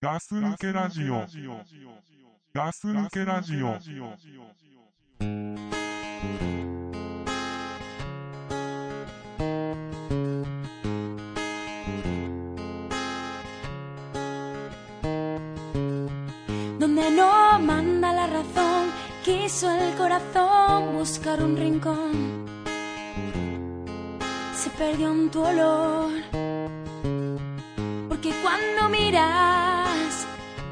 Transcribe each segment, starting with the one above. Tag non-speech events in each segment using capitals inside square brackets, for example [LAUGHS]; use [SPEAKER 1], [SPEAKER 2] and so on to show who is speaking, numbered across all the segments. [SPEAKER 1] ガス抜けラジオ。ガス抜けラジオ。
[SPEAKER 2] Donde no manda la razón, quiso el corazón buscar un rincón. Se perdió en tu olor, porque cuando miras,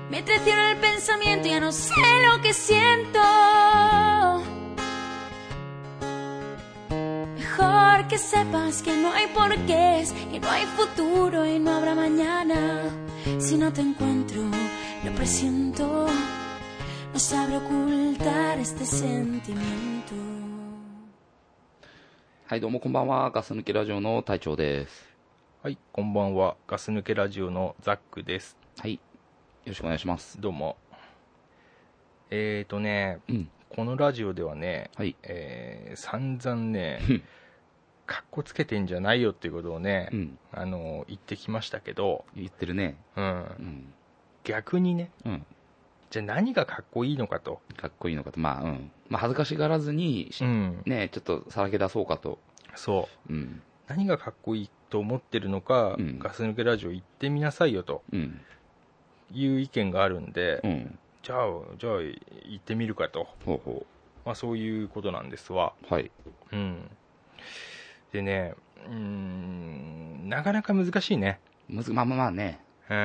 [SPEAKER 2] me traiciona el pensamiento, ya no sé lo que siento. Mejor que sepas que no hay porqués, que no hay futuro y no habrá mañana. Si no te encuentro, lo presiento. No sabré ocultar este sentimiento.
[SPEAKER 3] はい、どうもこんばんは。ガス抜けラジオの隊長です。
[SPEAKER 4] はい、こんばんは。ガス抜けラジオのザックです。
[SPEAKER 3] はい。よろしくお願いします。
[SPEAKER 4] どうも。えーとね、
[SPEAKER 3] うん。
[SPEAKER 4] このラジオではね、
[SPEAKER 3] はい。
[SPEAKER 4] えー、散々ね
[SPEAKER 3] うん、
[SPEAKER 4] かっこつけてんじゃないよっていうことをね、
[SPEAKER 3] うん。
[SPEAKER 4] あの、言ってきましたけど、
[SPEAKER 3] 言ってるね。
[SPEAKER 4] うん
[SPEAKER 3] う、ん。
[SPEAKER 4] 逆にね、
[SPEAKER 3] うん。
[SPEAKER 4] じゃあ何がかっこいいのかと。
[SPEAKER 3] かっこいいのかと。まあ、うん。まあ、恥ずかしがらずに、し
[SPEAKER 4] うん、
[SPEAKER 3] ね、ちょっとさらけ出そうかと。
[SPEAKER 4] そう。
[SPEAKER 3] うん。
[SPEAKER 4] 何がかっこいいと思ってるのか、
[SPEAKER 3] うん
[SPEAKER 4] ガス抜けラジオ行ってみなさいよと
[SPEAKER 3] うん。
[SPEAKER 4] いう意見があるんで、
[SPEAKER 3] うん。
[SPEAKER 4] じゃあ、じゃあ行ってみるかと。
[SPEAKER 3] ほうほ
[SPEAKER 4] まあそういうことなんですわ。
[SPEAKER 3] う。はい。
[SPEAKER 4] うん。でね、うーん、なかなか難しいね。
[SPEAKER 3] むず、まあまあまあね。
[SPEAKER 4] う。
[SPEAKER 3] うん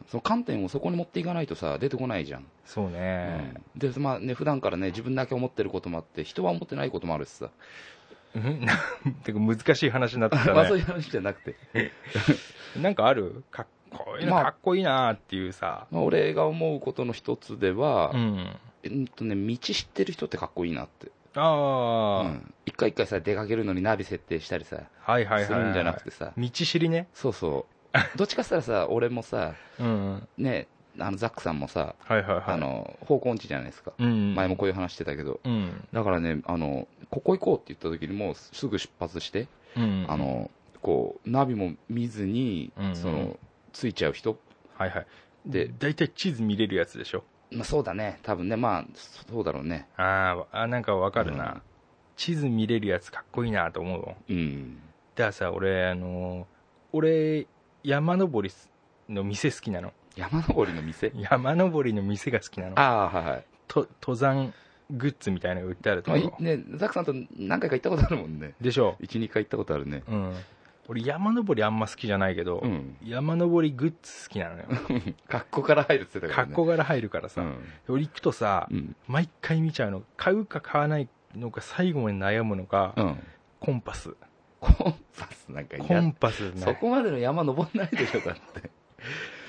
[SPEAKER 3] ん。その観点をそこに持っていかないとさ、出てこないじゃん。
[SPEAKER 4] そう
[SPEAKER 3] う
[SPEAKER 4] ね。
[SPEAKER 3] ん。で、まあね、普段からね、自分だけ思ってることもあって、人は思ってないこともあるしさ。
[SPEAKER 4] うん、 [LAUGHS] なんてか難しい話になってき
[SPEAKER 3] ま
[SPEAKER 4] た
[SPEAKER 3] あ、そうい
[SPEAKER 4] ね。
[SPEAKER 3] う話じゃなくて。
[SPEAKER 4] なんかあるかっこいいな、
[SPEAKER 3] まあ
[SPEAKER 4] かっこいいなっていうさ。
[SPEAKER 3] まあ、俺が思うことの一つでは
[SPEAKER 4] う、ん。
[SPEAKER 3] うんとね、道知ってる人ってかっこいいなって。
[SPEAKER 4] ああ、
[SPEAKER 3] うん一回一回さ、出かけるのにナビ設定したりさ、
[SPEAKER 4] はいはいはいはい。
[SPEAKER 3] するんじゃなくてさ、
[SPEAKER 4] 道知りね。
[SPEAKER 3] そう
[SPEAKER 4] [LAUGHS]
[SPEAKER 3] そう。どっちかしたらさ、俺もさ、
[SPEAKER 4] うん。
[SPEAKER 3] ね、あの、ザックさんもさ、
[SPEAKER 4] はいはいはい。
[SPEAKER 3] あ、の、方向音痴じゃないですか。
[SPEAKER 4] うん。
[SPEAKER 3] 前もこういう話してたけど、
[SPEAKER 4] うん。
[SPEAKER 3] だからね、あの、ここ行こうって言った時にもうすぐ出発して、
[SPEAKER 4] うん。
[SPEAKER 3] あ、の、こう、ナビも見ずに
[SPEAKER 4] う、ん
[SPEAKER 3] その、ついちゃう人、
[SPEAKER 4] はいはい。
[SPEAKER 3] で
[SPEAKER 4] で、大体地図見れるやつでしょ。
[SPEAKER 3] まあそうだね、多分ね、まあ、そうだろうね。
[SPEAKER 4] あーあ、なんかわかるな。
[SPEAKER 3] うん
[SPEAKER 4] 地図見れるやつかっこいいなと思うわ。
[SPEAKER 3] うん。
[SPEAKER 4] だからさ俺あの俺山登りの店好きなの [LAUGHS]
[SPEAKER 3] 山登りの店
[SPEAKER 4] 山登りの店が好きなの
[SPEAKER 3] ああ、はいはい。
[SPEAKER 4] と登山グッズみたいなの売ってあると
[SPEAKER 3] まあ
[SPEAKER 4] こ
[SPEAKER 3] い
[SPEAKER 4] ろ、
[SPEAKER 3] ね、ザックさんと何回か行ったことあるもんね。
[SPEAKER 4] でしょ
[SPEAKER 3] 1、2回行ったことあるね。
[SPEAKER 4] うん俺山登りあんま好きじゃないけど、
[SPEAKER 3] うん。
[SPEAKER 4] 山登りグッズ好きな
[SPEAKER 3] [LAUGHS]
[SPEAKER 4] のよ
[SPEAKER 3] 格好から入るって言ってたから
[SPEAKER 4] 格
[SPEAKER 3] ね。
[SPEAKER 4] 好から入るからさ、俺行くとさ
[SPEAKER 3] うん。うん。
[SPEAKER 4] 毎回見ちゃうの買うか買わないのか最後まで悩むのが、
[SPEAKER 3] うん。
[SPEAKER 4] コンパス
[SPEAKER 3] コンパスなんかい
[SPEAKER 4] コ
[SPEAKER 3] ら
[SPEAKER 4] ン
[SPEAKER 3] ん。
[SPEAKER 4] パス
[SPEAKER 3] そ
[SPEAKER 4] ね
[SPEAKER 3] こまでの山登んないでしょ、だって。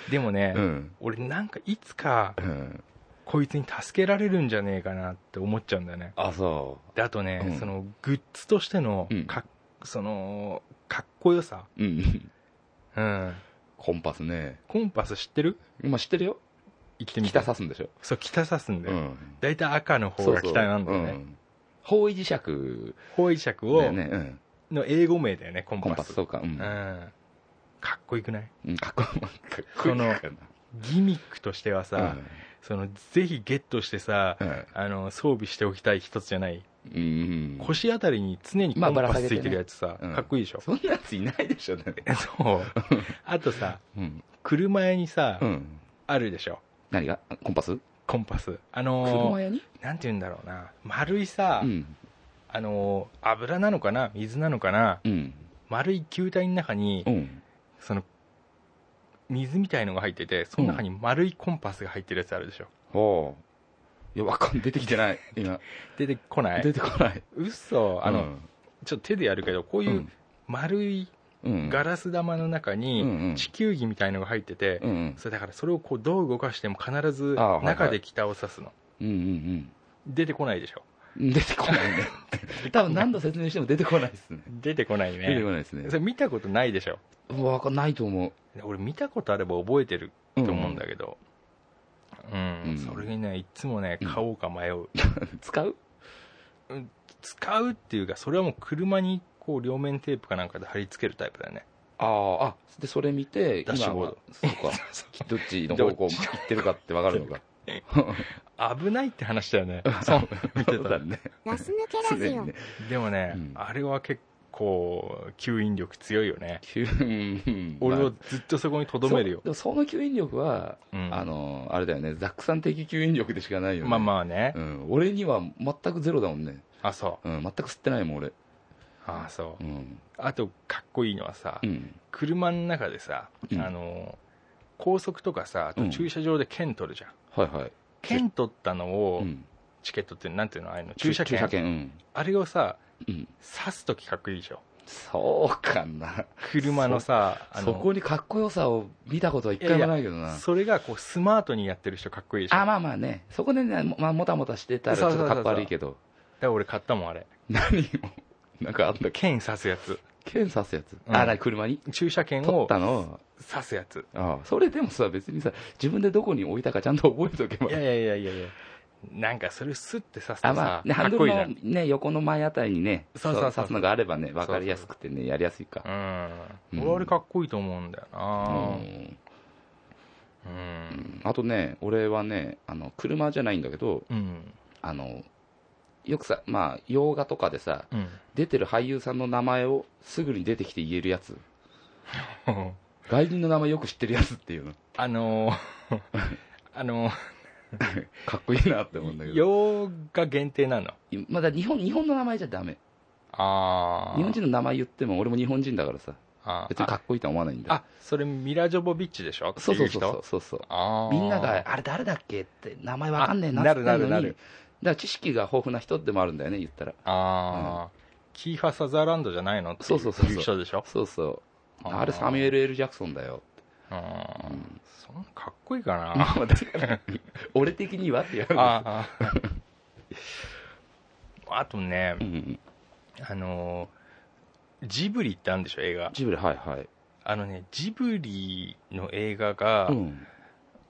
[SPEAKER 4] でもね、
[SPEAKER 3] うん。
[SPEAKER 4] 俺なんかいつか
[SPEAKER 3] うん。
[SPEAKER 4] こいつに助けられるんじゃねえかなって思っちゃうんだよね
[SPEAKER 3] あ、そ
[SPEAKER 4] であとね、
[SPEAKER 3] うん
[SPEAKER 4] そのグッズとしての
[SPEAKER 3] うん
[SPEAKER 4] か,、そのかっこよさ、
[SPEAKER 3] う。うん。
[SPEAKER 4] うん、
[SPEAKER 3] コンパスね。
[SPEAKER 4] コンパス知ってる
[SPEAKER 3] 今知ってるよ。
[SPEAKER 4] 生きてみて
[SPEAKER 3] 北指すんでしょ。
[SPEAKER 4] そう北指すんだ
[SPEAKER 3] う
[SPEAKER 4] よ、
[SPEAKER 3] ん。
[SPEAKER 4] 大体赤の方
[SPEAKER 3] そう
[SPEAKER 4] が
[SPEAKER 3] そう
[SPEAKER 4] 北なんだよね
[SPEAKER 3] うん方位磁石
[SPEAKER 4] 方位石
[SPEAKER 3] だ
[SPEAKER 4] を、
[SPEAKER 3] よね。うん。
[SPEAKER 4] の英語名だよねコン
[SPEAKER 3] コン
[SPEAKER 4] パ
[SPEAKER 3] パ
[SPEAKER 4] ス
[SPEAKER 3] ス、そうか。うん
[SPEAKER 4] う。ん、かっこよくない
[SPEAKER 3] うんかっこ、かっこいいか
[SPEAKER 4] ギミックとしてはさ、
[SPEAKER 3] な。
[SPEAKER 4] そのぜひゲットしてさ、
[SPEAKER 3] うん。
[SPEAKER 4] あの装備しておきたい一つじゃない、
[SPEAKER 3] うん。うん
[SPEAKER 4] 腰あたりに常にコ
[SPEAKER 3] まあ
[SPEAKER 4] ン
[SPEAKER 3] ぶら
[SPEAKER 4] パス
[SPEAKER 3] 下げ
[SPEAKER 4] つ
[SPEAKER 3] てね
[SPEAKER 4] いてるやつさ、
[SPEAKER 3] うん
[SPEAKER 4] かっこいいでしょ、
[SPEAKER 3] そんなやついないでしょ、だって
[SPEAKER 4] [LAUGHS] そうあとさ
[SPEAKER 3] うん。
[SPEAKER 4] 車屋にさ、
[SPEAKER 3] うん。
[SPEAKER 4] あるでしょ
[SPEAKER 3] 何があコンパス
[SPEAKER 4] コンパスあの
[SPEAKER 3] 車
[SPEAKER 4] ー、
[SPEAKER 3] 屋に
[SPEAKER 4] なんて言うんだろうな丸いさ、
[SPEAKER 3] うん。
[SPEAKER 4] あのー油なのかな水なのかな
[SPEAKER 3] うん。
[SPEAKER 4] 丸い球体の中に、
[SPEAKER 3] うん。
[SPEAKER 4] その水みたいのが入っててその中に丸いコンパスが入ってるやつあるでしょ
[SPEAKER 3] ほう。いや、わかん、出てきてない。今。
[SPEAKER 4] 出てこない
[SPEAKER 3] 出てこない。
[SPEAKER 4] 嘘あの、
[SPEAKER 3] うん、
[SPEAKER 4] ちょっと手でやるけどこう
[SPEAKER 3] う。
[SPEAKER 4] いうん丸い
[SPEAKER 3] うん。
[SPEAKER 4] ガラス玉の中
[SPEAKER 3] うん
[SPEAKER 4] に
[SPEAKER 3] うん
[SPEAKER 4] 地球儀みたいのが入ってて、
[SPEAKER 3] うんうん。
[SPEAKER 4] そうだからそれをこうどう動かしても必ず
[SPEAKER 3] あはいはい
[SPEAKER 4] 中で北を指すの、
[SPEAKER 3] うんうん
[SPEAKER 4] 出てこないでしょ
[SPEAKER 3] うん。出てこないね。 [LAUGHS] 多分何度説明しても出てこないですね。
[SPEAKER 4] 出てこないね
[SPEAKER 3] [LAUGHS] 出てこないですね
[SPEAKER 4] そ。れ見たことないでしょ
[SPEAKER 3] わかんないと思
[SPEAKER 4] 俺見たことあれば覚えてる
[SPEAKER 3] う。
[SPEAKER 4] と思うんだけどうん、
[SPEAKER 3] うん
[SPEAKER 4] それにねいつもね
[SPEAKER 3] うん
[SPEAKER 4] 買おうか迷う、
[SPEAKER 3] けど。使う
[SPEAKER 4] 使うっていうかそれはもう車にこう両面テープかなんかで貼り付けるタイプだよね [LAUGHS]
[SPEAKER 3] ああ、あ、で、それ見て、
[SPEAKER 4] ダッシュボード [LAUGHS]
[SPEAKER 3] 今はそうか。どっちの方向行ってるかって分かるのか。
[SPEAKER 4] 危ないって話だよね。 [LAUGHS] そう、見て
[SPEAKER 3] そう
[SPEAKER 4] た
[SPEAKER 3] だ。 [LAUGHS] ね。
[SPEAKER 5] ガス抜け
[SPEAKER 3] す
[SPEAKER 5] ラ
[SPEAKER 3] で
[SPEAKER 5] ジ
[SPEAKER 3] に
[SPEAKER 5] オ
[SPEAKER 3] [LAUGHS] ね。。
[SPEAKER 4] でもね、
[SPEAKER 3] うん
[SPEAKER 4] あれは結構、吸引力強いよね。
[SPEAKER 3] 吸 [LAUGHS] うん
[SPEAKER 4] 俺
[SPEAKER 3] まあ
[SPEAKER 4] はずっとそこに留めるよ
[SPEAKER 3] そ。でもその吸引力は、
[SPEAKER 4] うん
[SPEAKER 3] あの、あれだよね、ザックさん的吸引力でしかないよね。
[SPEAKER 4] まあまあね
[SPEAKER 3] う。ん、俺には全くゼロだもんね。
[SPEAKER 4] あ、そ
[SPEAKER 3] うん、全く吸ってないもん、俺。
[SPEAKER 4] う。あ、そう
[SPEAKER 3] う。ん。
[SPEAKER 4] あと、かっこいいのはさ
[SPEAKER 3] う、ん。
[SPEAKER 4] 車の中でさ、あ
[SPEAKER 3] うん
[SPEAKER 4] の、高速とかさ、あと駐車場で券取るじゃん。
[SPEAKER 3] はいはい。
[SPEAKER 4] 券取ったのを
[SPEAKER 3] う、ん
[SPEAKER 4] チケットって、なんていうのああいうの駐車
[SPEAKER 3] 駐車
[SPEAKER 4] 券
[SPEAKER 3] 券。うん。
[SPEAKER 4] あれをさ、
[SPEAKER 3] うん。
[SPEAKER 4] 刺すときかっこいいでしょ。
[SPEAKER 3] そうかな。
[SPEAKER 4] 車のさ、あ
[SPEAKER 3] そ
[SPEAKER 4] の
[SPEAKER 3] こにかっこよさを見たことは一回もないけどな。
[SPEAKER 4] それがこうスマートにやってる人かっこいいでしょ
[SPEAKER 3] あ、まあまあね。そこでね、もまあ、もたもたしてたらちょっとかっこ悪いけど。
[SPEAKER 4] だから俺買ったもんあれ
[SPEAKER 3] 何を、 [LAUGHS] なんかあんだっけ
[SPEAKER 4] 剣刺すやつ
[SPEAKER 3] 剣刺すやつ。
[SPEAKER 4] うん
[SPEAKER 3] あ、なに車に
[SPEAKER 4] 駐車券
[SPEAKER 3] 取
[SPEAKER 4] を
[SPEAKER 3] ったの
[SPEAKER 4] 刺すやつ
[SPEAKER 3] ああそれでもさ、別にさ、自分でどこに置いたかちゃんと覚えておけば
[SPEAKER 4] い。やいやいやいやいやなんかそれスッて刺すと
[SPEAKER 3] あ
[SPEAKER 4] さ、
[SPEAKER 3] まあね、ハ
[SPEAKER 4] かっ
[SPEAKER 3] ンド
[SPEAKER 4] こ
[SPEAKER 3] ル
[SPEAKER 4] いいじゃ
[SPEAKER 3] の
[SPEAKER 4] ん、
[SPEAKER 3] ね、横の前あたりにね、
[SPEAKER 4] そうそうそう
[SPEAKER 3] 刺すのがあればね、わかりやすくてね、やりやすいか。
[SPEAKER 4] うん、
[SPEAKER 3] うん
[SPEAKER 4] 俺あれかっこいいと思うんだよな
[SPEAKER 3] うん
[SPEAKER 4] うん、うん
[SPEAKER 3] あとね、俺はね、あの、車じゃないんだけど、あの、よくさ、まあ、洋画とかでさ、
[SPEAKER 4] うん
[SPEAKER 3] 出てる俳優さんの名前をすぐに出てきて言える
[SPEAKER 4] [LAUGHS]
[SPEAKER 3] やつ。外人の名前よく知ってるやつっていうの。
[SPEAKER 4] あのー
[SPEAKER 3] [LAUGHS]
[SPEAKER 4] あのー
[SPEAKER 3] かっこいいなって思うんだけど。
[SPEAKER 4] 洋画限定なの
[SPEAKER 3] まだ日本、日本の名前じゃダメ。
[SPEAKER 4] ああ
[SPEAKER 3] 日本人の名前言っても俺も日本人だからさ、
[SPEAKER 4] あ
[SPEAKER 3] 別にかっこいいとは思わないんだ。
[SPEAKER 4] あそれミラ・ジョボビッチでしょ
[SPEAKER 3] そうそう
[SPEAKER 4] ってい
[SPEAKER 3] そう
[SPEAKER 4] 人
[SPEAKER 3] うそうそう。
[SPEAKER 4] あー
[SPEAKER 3] みんなが、あれ誰だっけって名前わかんねえな
[SPEAKER 4] あ
[SPEAKER 3] って言って
[SPEAKER 4] なるなるな
[SPEAKER 3] だ
[SPEAKER 4] る
[SPEAKER 3] から知識が豊富な人でもあるんだよね、言ったら。
[SPEAKER 4] ああ、キーファー・サザーランドじゃないのって
[SPEAKER 3] そうそうそうそう
[SPEAKER 4] いう人でしょ
[SPEAKER 3] そうそう。
[SPEAKER 4] あー
[SPEAKER 3] あれサミュエル・ L ・ジャクソンだよ。
[SPEAKER 4] うん、
[SPEAKER 3] ん
[SPEAKER 4] そんなかっこいいか
[SPEAKER 3] ま
[SPEAKER 4] な
[SPEAKER 3] あだから、俺的にはって言わ
[SPEAKER 4] あー
[SPEAKER 3] [LAUGHS]
[SPEAKER 4] あとね
[SPEAKER 3] れる。うん
[SPEAKER 4] あのージブリってあるんでしょ映画
[SPEAKER 3] ジブリ、はいはい。
[SPEAKER 4] あのねジブリの映画が、
[SPEAKER 3] うん。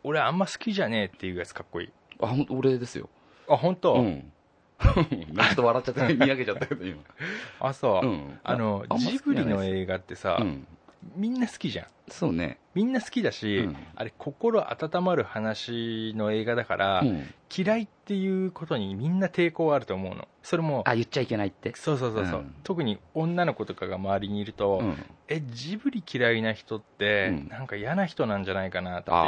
[SPEAKER 4] 俺あんま好きじゃねえっていうやつかっこいい
[SPEAKER 3] あ、ほんと、俺ですよ。
[SPEAKER 4] あ本当、
[SPEAKER 3] うん。 [LAUGHS] なんかちょっと笑っちゃって、見上げちゃったけど、今。
[SPEAKER 4] あそう、
[SPEAKER 3] うん
[SPEAKER 4] あの
[SPEAKER 3] あんま好きじゃな
[SPEAKER 4] ジ
[SPEAKER 3] いです
[SPEAKER 4] ブリの映画ってさ、
[SPEAKER 3] うん。
[SPEAKER 4] みんな好きじゃん
[SPEAKER 3] そうね。
[SPEAKER 4] みんな好きだし、
[SPEAKER 3] うん
[SPEAKER 4] あれ心温まる話の映画だから、
[SPEAKER 3] うん。
[SPEAKER 4] 嫌いっていうことにみんな抵抗あると思うのそれも
[SPEAKER 3] あ、言っちゃいけないって。
[SPEAKER 4] そうそうそうそう、
[SPEAKER 3] うん
[SPEAKER 4] 特に女の子とかが周りにいると、
[SPEAKER 3] うん。
[SPEAKER 4] えジブリ嫌いな人って、
[SPEAKER 3] うん
[SPEAKER 4] なんか嫌な人なんじゃないかなって
[SPEAKER 3] あ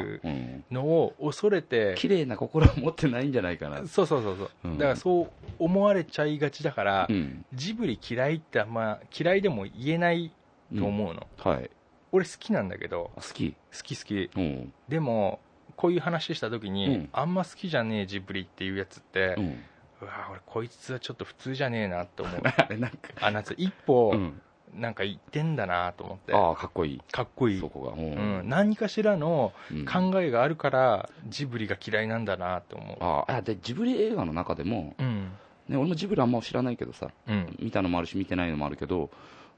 [SPEAKER 4] いう
[SPEAKER 3] あ。うん。
[SPEAKER 4] のを恐れて
[SPEAKER 3] 綺麗な心を持ってないんじゃないかな。
[SPEAKER 4] そうそうそうそう、
[SPEAKER 3] うん
[SPEAKER 4] だからそう思われちゃいがちだから、
[SPEAKER 3] うん。
[SPEAKER 4] ジブリ嫌いってあんま嫌いでも言えないと思うの、
[SPEAKER 3] うん。はい。
[SPEAKER 4] 俺好きなんだけど
[SPEAKER 3] あ好き。
[SPEAKER 4] 好き好き
[SPEAKER 3] うん。
[SPEAKER 4] でもこういう話した時に、
[SPEAKER 3] うん
[SPEAKER 4] あんま好きじゃねえジブリっていうやつって、
[SPEAKER 3] うん。
[SPEAKER 4] うわぁ俺こいつはちょっと普通じゃねえなって
[SPEAKER 3] [LAUGHS]
[SPEAKER 4] 思う
[SPEAKER 3] あれ、なんか。
[SPEAKER 4] あなんつう一歩、
[SPEAKER 3] うん。
[SPEAKER 4] なんか言ってんだなと思って
[SPEAKER 3] ああ、かっこいい。
[SPEAKER 4] かっこいい
[SPEAKER 3] そ、こが。う
[SPEAKER 4] うん、。何かしらの
[SPEAKER 3] うん
[SPEAKER 4] 考えがあるからジブリが嫌いなんだなと思う
[SPEAKER 3] ああ、で、ジブリ映画の中でも、
[SPEAKER 4] うん
[SPEAKER 3] ね、俺もジブリあんま知らないけどさ、
[SPEAKER 4] うん
[SPEAKER 3] 見たのもあるし、見てないのもあるけど、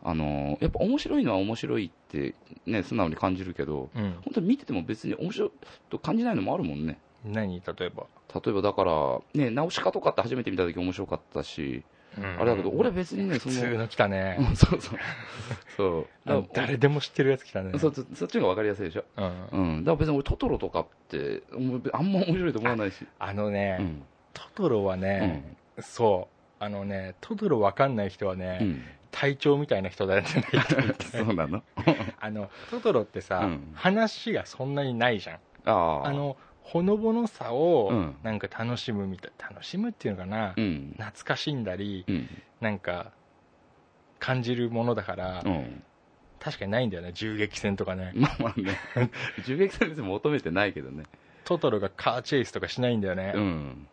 [SPEAKER 3] あのーやっぱ面白いのは面白いって、ね、素直に感じるけど、
[SPEAKER 4] うん
[SPEAKER 3] 本当に見てても別に面白いと感じないのもあるもんね。
[SPEAKER 4] 何例えば、
[SPEAKER 3] 例えばだから、ね、ナウシカとかって初めて見た時面白かったし、
[SPEAKER 4] うん
[SPEAKER 3] あれだけど、俺別にね、そ
[SPEAKER 4] 普通
[SPEAKER 3] の、
[SPEAKER 4] の来たね
[SPEAKER 3] うん [LAUGHS] そうそう。そう。
[SPEAKER 4] あの誰でも知ってるやつ来たね
[SPEAKER 3] そそそっちの方が分かりやすいでしょ。
[SPEAKER 4] うん
[SPEAKER 3] うん。だから別に俺トトロとかって、もうあんま面白いと思わないし。
[SPEAKER 4] あのね、
[SPEAKER 3] うん。
[SPEAKER 4] トトロは
[SPEAKER 3] う
[SPEAKER 4] ね、
[SPEAKER 3] ん。
[SPEAKER 4] そうあのねトトロわかんない人はね、
[SPEAKER 3] うん。
[SPEAKER 4] 隊長みたいな人だよね
[SPEAKER 3] [LAUGHS] そうなの
[SPEAKER 4] [LAUGHS] あのトトロってさ、
[SPEAKER 3] うん
[SPEAKER 4] 話がそんなにないじゃん
[SPEAKER 3] ああ。
[SPEAKER 4] あ、のほのぼのさを
[SPEAKER 3] うん
[SPEAKER 4] なんか楽しむみたい楽しむっていうのかな、
[SPEAKER 3] うん。
[SPEAKER 4] 懐かしんだり
[SPEAKER 3] うん。
[SPEAKER 4] なんか感じるものだから、
[SPEAKER 3] うん。
[SPEAKER 4] 確かにないんだよね銃撃戦とかね
[SPEAKER 3] まあまあね、 [LAUGHS] 銃撃戦別に求めてないけどね。
[SPEAKER 4] トトロがカーチェイスとかしないんだよね
[SPEAKER 3] う
[SPEAKER 4] うん
[SPEAKER 3] ん。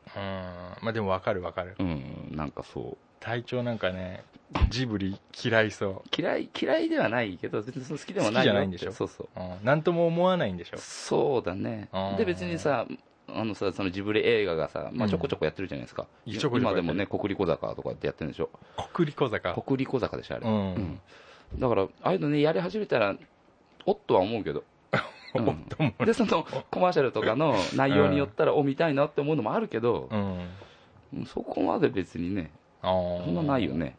[SPEAKER 4] まあでもわかるわかる
[SPEAKER 3] うん。なんかそう。
[SPEAKER 4] 隊長なんかねジブリ嫌いそ
[SPEAKER 3] 嫌い、嫌いではないけど、別にその好きでもない
[SPEAKER 4] 好きじ
[SPEAKER 3] よって
[SPEAKER 4] ゃないんでしょ
[SPEAKER 3] そうそう。
[SPEAKER 4] う、うん、なんとも思わないんでしょ
[SPEAKER 3] そうだね
[SPEAKER 4] あー。
[SPEAKER 3] で、別にさ、あのさ、そのジブリ映画がさ、まあちょこちょこやってるじゃないですか。
[SPEAKER 4] うん
[SPEAKER 3] い
[SPEAKER 4] ちょこちょこやっ
[SPEAKER 3] 今
[SPEAKER 4] てる
[SPEAKER 3] でもね、国立小坂とかってやってるんでしょ。
[SPEAKER 4] 国立小坂
[SPEAKER 3] 国立小坂でしょ、あれ。
[SPEAKER 4] うん
[SPEAKER 3] うんだから、ああいうのね、やり始めたら、おっとは思う
[SPEAKER 4] [LAUGHS]
[SPEAKER 3] けど。うん
[SPEAKER 4] おっと思う
[SPEAKER 3] で、そのコマーシャルとかの内容によったら、お、見たいなって思うのもあるけど
[SPEAKER 4] う、ん
[SPEAKER 3] そこまで別にね、
[SPEAKER 4] あー
[SPEAKER 3] そんなないよね。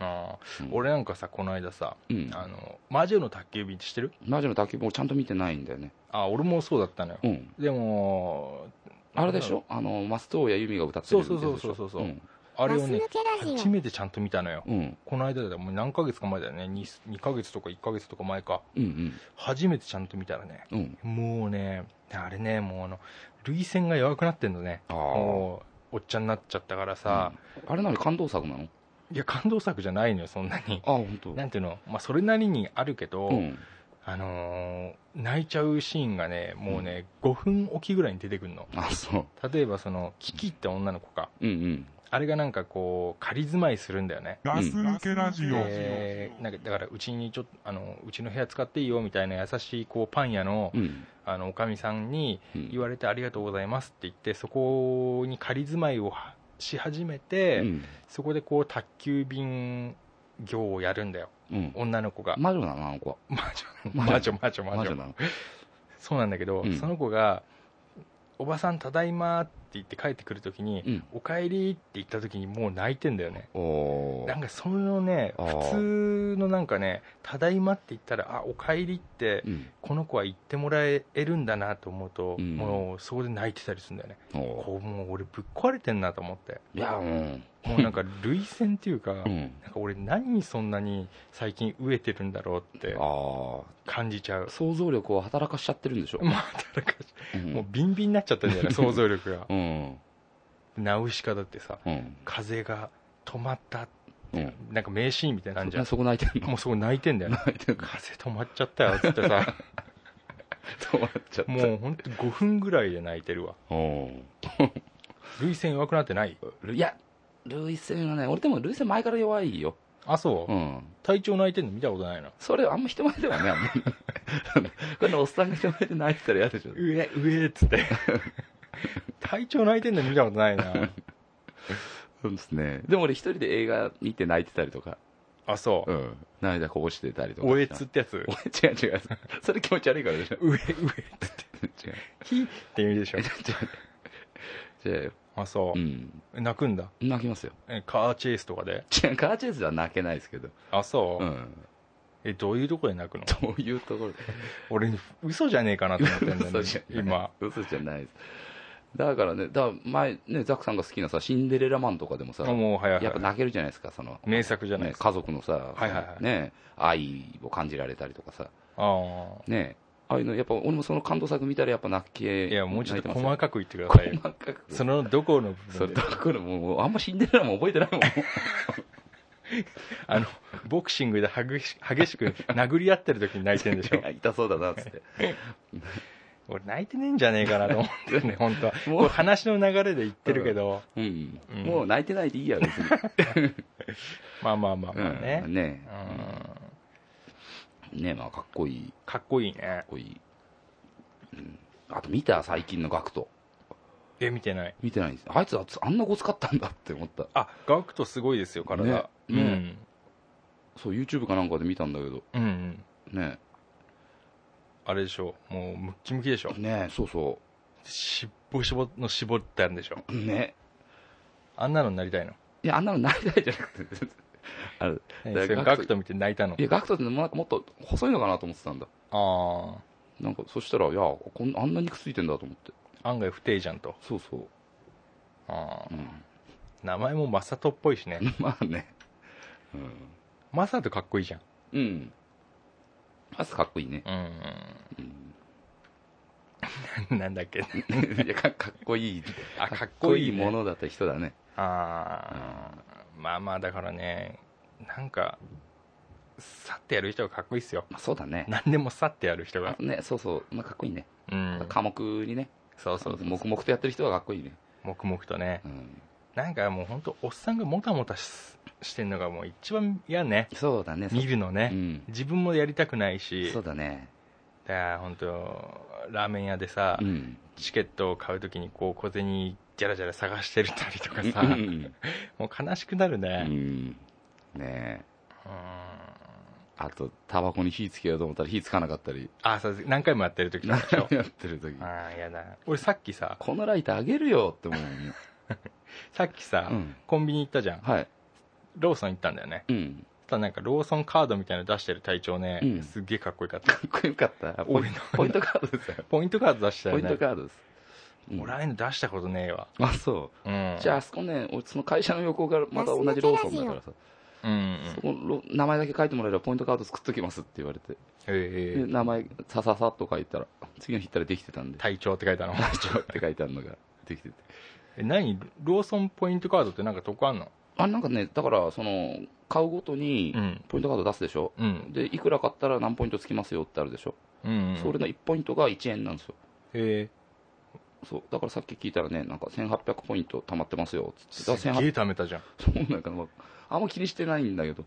[SPEAKER 4] うあー
[SPEAKER 3] うん
[SPEAKER 4] 俺なんかさこの間さ
[SPEAKER 3] うん
[SPEAKER 4] あの魔女の宅急便って知ってる
[SPEAKER 3] マジの卓球もちゃんと見てないんだよね
[SPEAKER 4] あ俺もそうだったのよ
[SPEAKER 3] うん
[SPEAKER 4] でも
[SPEAKER 3] あれでしょあの松任谷由実が歌ってるやつでしょ
[SPEAKER 4] そうそうそうそうそう
[SPEAKER 3] うん
[SPEAKER 4] あれをね
[SPEAKER 5] ガス抜けラジ
[SPEAKER 4] 初めてちゃんと見たのよ
[SPEAKER 3] うん
[SPEAKER 4] この間だよもう何ヶ月か前だよね 2, 2ヶ月とか1ヶ月とか前か
[SPEAKER 3] うん
[SPEAKER 4] 初めてちゃんと見たらね
[SPEAKER 3] うんうん
[SPEAKER 4] もうねあれねもうあの涙腺が弱くなってんのね
[SPEAKER 3] あー
[SPEAKER 4] もうおっちゃんになっちゃったからさ、
[SPEAKER 3] うんあれなのに感動作なの
[SPEAKER 4] いや感動作じゃないのよそんなに
[SPEAKER 3] あ本当。
[SPEAKER 4] なんていうの、まあ、それなりにあるけど、
[SPEAKER 3] うん
[SPEAKER 4] あのー泣いちゃうシーンがねもうね、5分おきぐらいに出てくるの
[SPEAKER 3] あそう
[SPEAKER 4] 例えばそのキキって女の子か
[SPEAKER 3] うんうん
[SPEAKER 4] あれがなんかこう仮住まいするんだよね
[SPEAKER 1] ガス抜けラジオ。
[SPEAKER 4] えーなんかだからうちにちょっとあのうちの部屋使っていいよみたいな優しいこうパン屋の
[SPEAKER 3] うん
[SPEAKER 4] あのおかみさんに
[SPEAKER 3] うん
[SPEAKER 4] 言われてありがとうございますって言ってそこに仮住まいをし始めて、
[SPEAKER 3] うん
[SPEAKER 4] そこでこう宅急便業をやるんだよ
[SPEAKER 3] うん
[SPEAKER 4] 女の子が [LAUGHS]
[SPEAKER 3] 魔女なのあの子は
[SPEAKER 4] 魔女
[SPEAKER 3] 魔
[SPEAKER 4] 魔
[SPEAKER 3] 女
[SPEAKER 4] 女魔女魔
[SPEAKER 3] 魔女
[SPEAKER 4] 女
[SPEAKER 3] なの
[SPEAKER 4] そうなんだけど、
[SPEAKER 3] うん
[SPEAKER 4] その子が「おばさんただいま」って言って帰ってくるときに
[SPEAKER 3] うん
[SPEAKER 4] 「おかえり」って言ったときにもう泣いてんだよね
[SPEAKER 3] お
[SPEAKER 4] な
[SPEAKER 3] ー
[SPEAKER 4] んかそのね
[SPEAKER 3] あー
[SPEAKER 4] 普通のなんかね「ただいま」って言ったら「あおかえり」って
[SPEAKER 3] うん
[SPEAKER 4] この子は言ってもらえるんだなと思うと、
[SPEAKER 3] うん
[SPEAKER 4] もうそこで泣いてたりするんだよね
[SPEAKER 3] おー
[SPEAKER 4] こうもう俺ぶっ壊れてんなと思って
[SPEAKER 3] いやうん
[SPEAKER 4] もうなんか涙腺っていうか、
[SPEAKER 3] うん
[SPEAKER 4] なんか俺何にそんなに最近飢えてるんだろうって
[SPEAKER 3] あ
[SPEAKER 4] 感じ
[SPEAKER 3] [LAUGHS]
[SPEAKER 4] ちゃう
[SPEAKER 3] あ想像力を働かしちゃってるんでしょ
[SPEAKER 4] もう働かし
[SPEAKER 3] うん
[SPEAKER 4] もうビンビンになっちゃったんじ
[SPEAKER 3] [LAUGHS]
[SPEAKER 4] ゃない想像力が
[SPEAKER 3] うん
[SPEAKER 4] ナウシカだってさ
[SPEAKER 3] うん
[SPEAKER 4] 風が止まった
[SPEAKER 3] うん
[SPEAKER 4] なんか名シーンみたいなのあんじゃん
[SPEAKER 3] そこ泣い [LAUGHS] てんの
[SPEAKER 4] もうすごい泣いてんだよね
[SPEAKER 3] 泣いてんの
[SPEAKER 4] 風止まっちゃったよっつって [LAUGHS] さ
[SPEAKER 3] 止まっちゃった
[SPEAKER 4] もうほんと5分ぐらいで泣いてるわ
[SPEAKER 3] うん
[SPEAKER 4] 涙腺弱くなってない
[SPEAKER 3] [LAUGHS] いや、涙腺がね、俺でも涙腺前から弱いよ。
[SPEAKER 4] あそう、
[SPEAKER 3] うん。
[SPEAKER 4] 体調泣いてんの見たことないな
[SPEAKER 3] それあんま人前ではね、あん [LAUGHS] まりこのおっさんが人前で泣いてたら嫌でしょ。
[SPEAKER 4] 上上っつって [LAUGHS] 体調泣いてんの見たことないな
[SPEAKER 3] そうですね。でも俺一人で映画見て泣いてたりとか、
[SPEAKER 4] あそう
[SPEAKER 3] う、ん。涙こぼしてたりとか。
[SPEAKER 4] おえつっ。てやつ
[SPEAKER 3] おえ、違う違う。それ気持ち悪いからでしょ。
[SPEAKER 4] 上上って
[SPEAKER 3] [LAUGHS] 違う。
[SPEAKER 4] ひって意味でしょ
[SPEAKER 3] 違うよ。
[SPEAKER 4] あそうう、
[SPEAKER 3] ん。
[SPEAKER 4] 泣くんだ
[SPEAKER 3] 泣きますよ。
[SPEAKER 4] えカーチェイスとかで
[SPEAKER 3] 違う、カーチェイスでは泣けないですけど。
[SPEAKER 4] あそう、
[SPEAKER 3] うん。
[SPEAKER 4] えどういうとこで泣くの
[SPEAKER 3] どういうところで。
[SPEAKER 4] 俺嘘じゃねえかなと思ってんだよ、ね
[SPEAKER 3] 嘘じ、ゃない
[SPEAKER 4] 今
[SPEAKER 3] 嘘じゃないです。だからね、だから前、ね、ザックさんが好きなさ、シンデレラマンとかでもさ、
[SPEAKER 4] あもう早い
[SPEAKER 3] や
[SPEAKER 4] 早
[SPEAKER 3] っぱ
[SPEAKER 4] い
[SPEAKER 3] 泣けるじゃないですか、その、
[SPEAKER 4] 名作じゃない
[SPEAKER 3] ね
[SPEAKER 4] ですか、
[SPEAKER 3] 家族のさ、
[SPEAKER 4] はいはいはい
[SPEAKER 3] ね、愛を感じられたりとかさ、
[SPEAKER 4] あ
[SPEAKER 3] ね、ああいうの、やっぱ俺もその感動作見たら、やっぱ泣き
[SPEAKER 4] あいやもうちょっと細
[SPEAKER 3] 細
[SPEAKER 4] かく言ってくださいよ
[SPEAKER 3] 細かく、
[SPEAKER 4] そのどこの部
[SPEAKER 3] そ
[SPEAKER 4] 分
[SPEAKER 3] れ
[SPEAKER 4] で
[SPEAKER 3] だからもう、あんま死んでるのも覚えてないもん、
[SPEAKER 4] [LAUGHS] あのボクシングで激し激しく殴り合ってる時に泣いてるん
[SPEAKER 3] [LAUGHS]
[SPEAKER 4] でしょ
[SPEAKER 3] 痛そうだなっつって、
[SPEAKER 4] 俺泣いてねえんじゃねえかなと思って
[SPEAKER 3] [LAUGHS]
[SPEAKER 4] ね本当は
[SPEAKER 3] もう
[SPEAKER 4] これ話の流れで言ってるけど、
[SPEAKER 3] うん
[SPEAKER 4] [LAUGHS] うん
[SPEAKER 3] もう泣いてないでいいや、別に、
[SPEAKER 4] まあまあまあ
[SPEAKER 3] う
[SPEAKER 4] まあ
[SPEAKER 3] ん
[SPEAKER 4] ね、うん
[SPEAKER 3] ねねまあ、かっこいい、
[SPEAKER 4] かっこいいね
[SPEAKER 3] かっこいい、うん、あと見た、最近のガクト、
[SPEAKER 4] え見てない
[SPEAKER 3] 見てないんです、あいつはあんなごつかったんだって思った、
[SPEAKER 4] あガクトすごいですよ体、
[SPEAKER 3] ねそう、YouTube かなんかで見たんだけど、
[SPEAKER 4] うんうんうん
[SPEAKER 3] ね
[SPEAKER 4] あれでしょもうムッキムキでしょ
[SPEAKER 3] ねそうそ
[SPEAKER 4] しっぼしぼの絞ったんでしょ
[SPEAKER 3] う、ね
[SPEAKER 4] あんなのになりたいの
[SPEAKER 3] いや、あんなのなりたいじゃなくて、 [LAUGHS] あれ
[SPEAKER 4] え
[SPEAKER 3] だ
[SPEAKER 4] それ
[SPEAKER 3] から
[SPEAKER 4] ガクト見て泣いたの
[SPEAKER 3] いや、ガクトってなんかもっと細いのかなと思ってたんだ。
[SPEAKER 4] あ
[SPEAKER 3] なんか、そしたら、いや、こんあんな肉ついてんだと思って。
[SPEAKER 4] あ案外不定じゃんと
[SPEAKER 3] そうそう。
[SPEAKER 4] あ
[SPEAKER 3] う
[SPEAKER 4] ー
[SPEAKER 3] ん、
[SPEAKER 4] 名前もマサトっぽいしね
[SPEAKER 3] [LAUGHS] まあね。
[SPEAKER 4] マサトかっこいいじゃん
[SPEAKER 3] うん。うん。アスかっこいいね。
[SPEAKER 4] う [LAUGHS]
[SPEAKER 3] うん、
[SPEAKER 4] ん [LAUGHS] なんだっけ
[SPEAKER 3] いやか、 [LAUGHS] かっこいい。
[SPEAKER 4] あかっこいいね
[SPEAKER 3] ものだった人だね。
[SPEAKER 4] ああまあまあだからねなんかさってやる人がかっこいいっすよ
[SPEAKER 3] まあ、そうだね。
[SPEAKER 4] 何でもさってやる人
[SPEAKER 3] あ
[SPEAKER 4] が
[SPEAKER 3] とね、そうそう。まあ、かっこいいね。
[SPEAKER 4] うん
[SPEAKER 3] 科目にね。
[SPEAKER 4] そうそうそう
[SPEAKER 3] 黙々とやってる人はかっこいいね。
[SPEAKER 4] 黙々とね
[SPEAKER 3] うん。
[SPEAKER 4] なんかもう本当おっさんがもたもたししてんのがもう一番嫌ね
[SPEAKER 3] そうだね。
[SPEAKER 4] 見るのね、
[SPEAKER 3] うん。
[SPEAKER 4] 自分もやりたくないし
[SPEAKER 3] そうだね。
[SPEAKER 4] だから本当ラーメン屋でさ、
[SPEAKER 3] うん。
[SPEAKER 4] チケットを買うときにこう小銭じゃらじゃら探してるたりとかさ、
[SPEAKER 3] うん。
[SPEAKER 4] もう悲しくなる
[SPEAKER 3] う
[SPEAKER 4] ね、
[SPEAKER 3] ん。ねえ。
[SPEAKER 4] うん、
[SPEAKER 3] あと、タバコに火つけようと思ったら火つかなかったり、
[SPEAKER 4] あそうです何回もやってるときと
[SPEAKER 3] 何
[SPEAKER 4] かでし
[SPEAKER 3] 回
[SPEAKER 4] ょ
[SPEAKER 3] も [LAUGHS] やってる時
[SPEAKER 4] ああやだ俺さっきさ
[SPEAKER 3] このライターあげるよって思うもん。
[SPEAKER 4] さっきさ、
[SPEAKER 3] うん
[SPEAKER 4] コンビニ行ったじゃん
[SPEAKER 3] はい。
[SPEAKER 4] ローソン行ったんだよね
[SPEAKER 3] うん。
[SPEAKER 4] そしたらなんかローソンカードみたいなの出してる隊長ね、
[SPEAKER 3] うん
[SPEAKER 4] すっげえかっこよかった
[SPEAKER 3] かっこよかった。ポイ
[SPEAKER 4] 俺
[SPEAKER 3] ン
[SPEAKER 4] の
[SPEAKER 3] トポイントカードですよ。
[SPEAKER 4] ポイントカード出したよ
[SPEAKER 3] ポイ
[SPEAKER 4] ね
[SPEAKER 3] ントカードです。うん
[SPEAKER 4] 俺ああいうの出したことねえわ
[SPEAKER 3] あ、そう。
[SPEAKER 4] うん
[SPEAKER 3] じゃあ、あそこね、俺その会社の横がまた同じローソンだからさ、
[SPEAKER 4] うんうん
[SPEAKER 3] そこロ名前だけ書いてもらえればポイントカード作っときますって言われて、
[SPEAKER 4] え
[SPEAKER 3] で名前、さささっと書いたら、次の日行ったらできてたんで、 [LAUGHS]
[SPEAKER 4] 隊長って書いたの
[SPEAKER 3] 大丈夫って書いてあるのができてて。
[SPEAKER 4] え何ローソンポイントカードってなんか得あんの
[SPEAKER 3] あ、なんかね、だから、その、買うごとに
[SPEAKER 4] うん
[SPEAKER 3] ポイントカード出すでしょ、
[SPEAKER 4] うん
[SPEAKER 3] で、いくら買ったら何ポイントつきますよってあるでしょ、
[SPEAKER 4] うんうん
[SPEAKER 3] それの1ポイントが1円なんですよ。
[SPEAKER 4] え
[SPEAKER 3] そうだからさっき聞いたらね、なんか1800ポイント貯まってますよっつって、
[SPEAKER 4] す
[SPEAKER 3] だ
[SPEAKER 4] っ
[SPEAKER 3] から
[SPEAKER 4] げえ
[SPEAKER 3] 1800
[SPEAKER 4] 貯めたじゃん
[SPEAKER 3] そうなんかな、まあ、あんま気にしてないんだけど、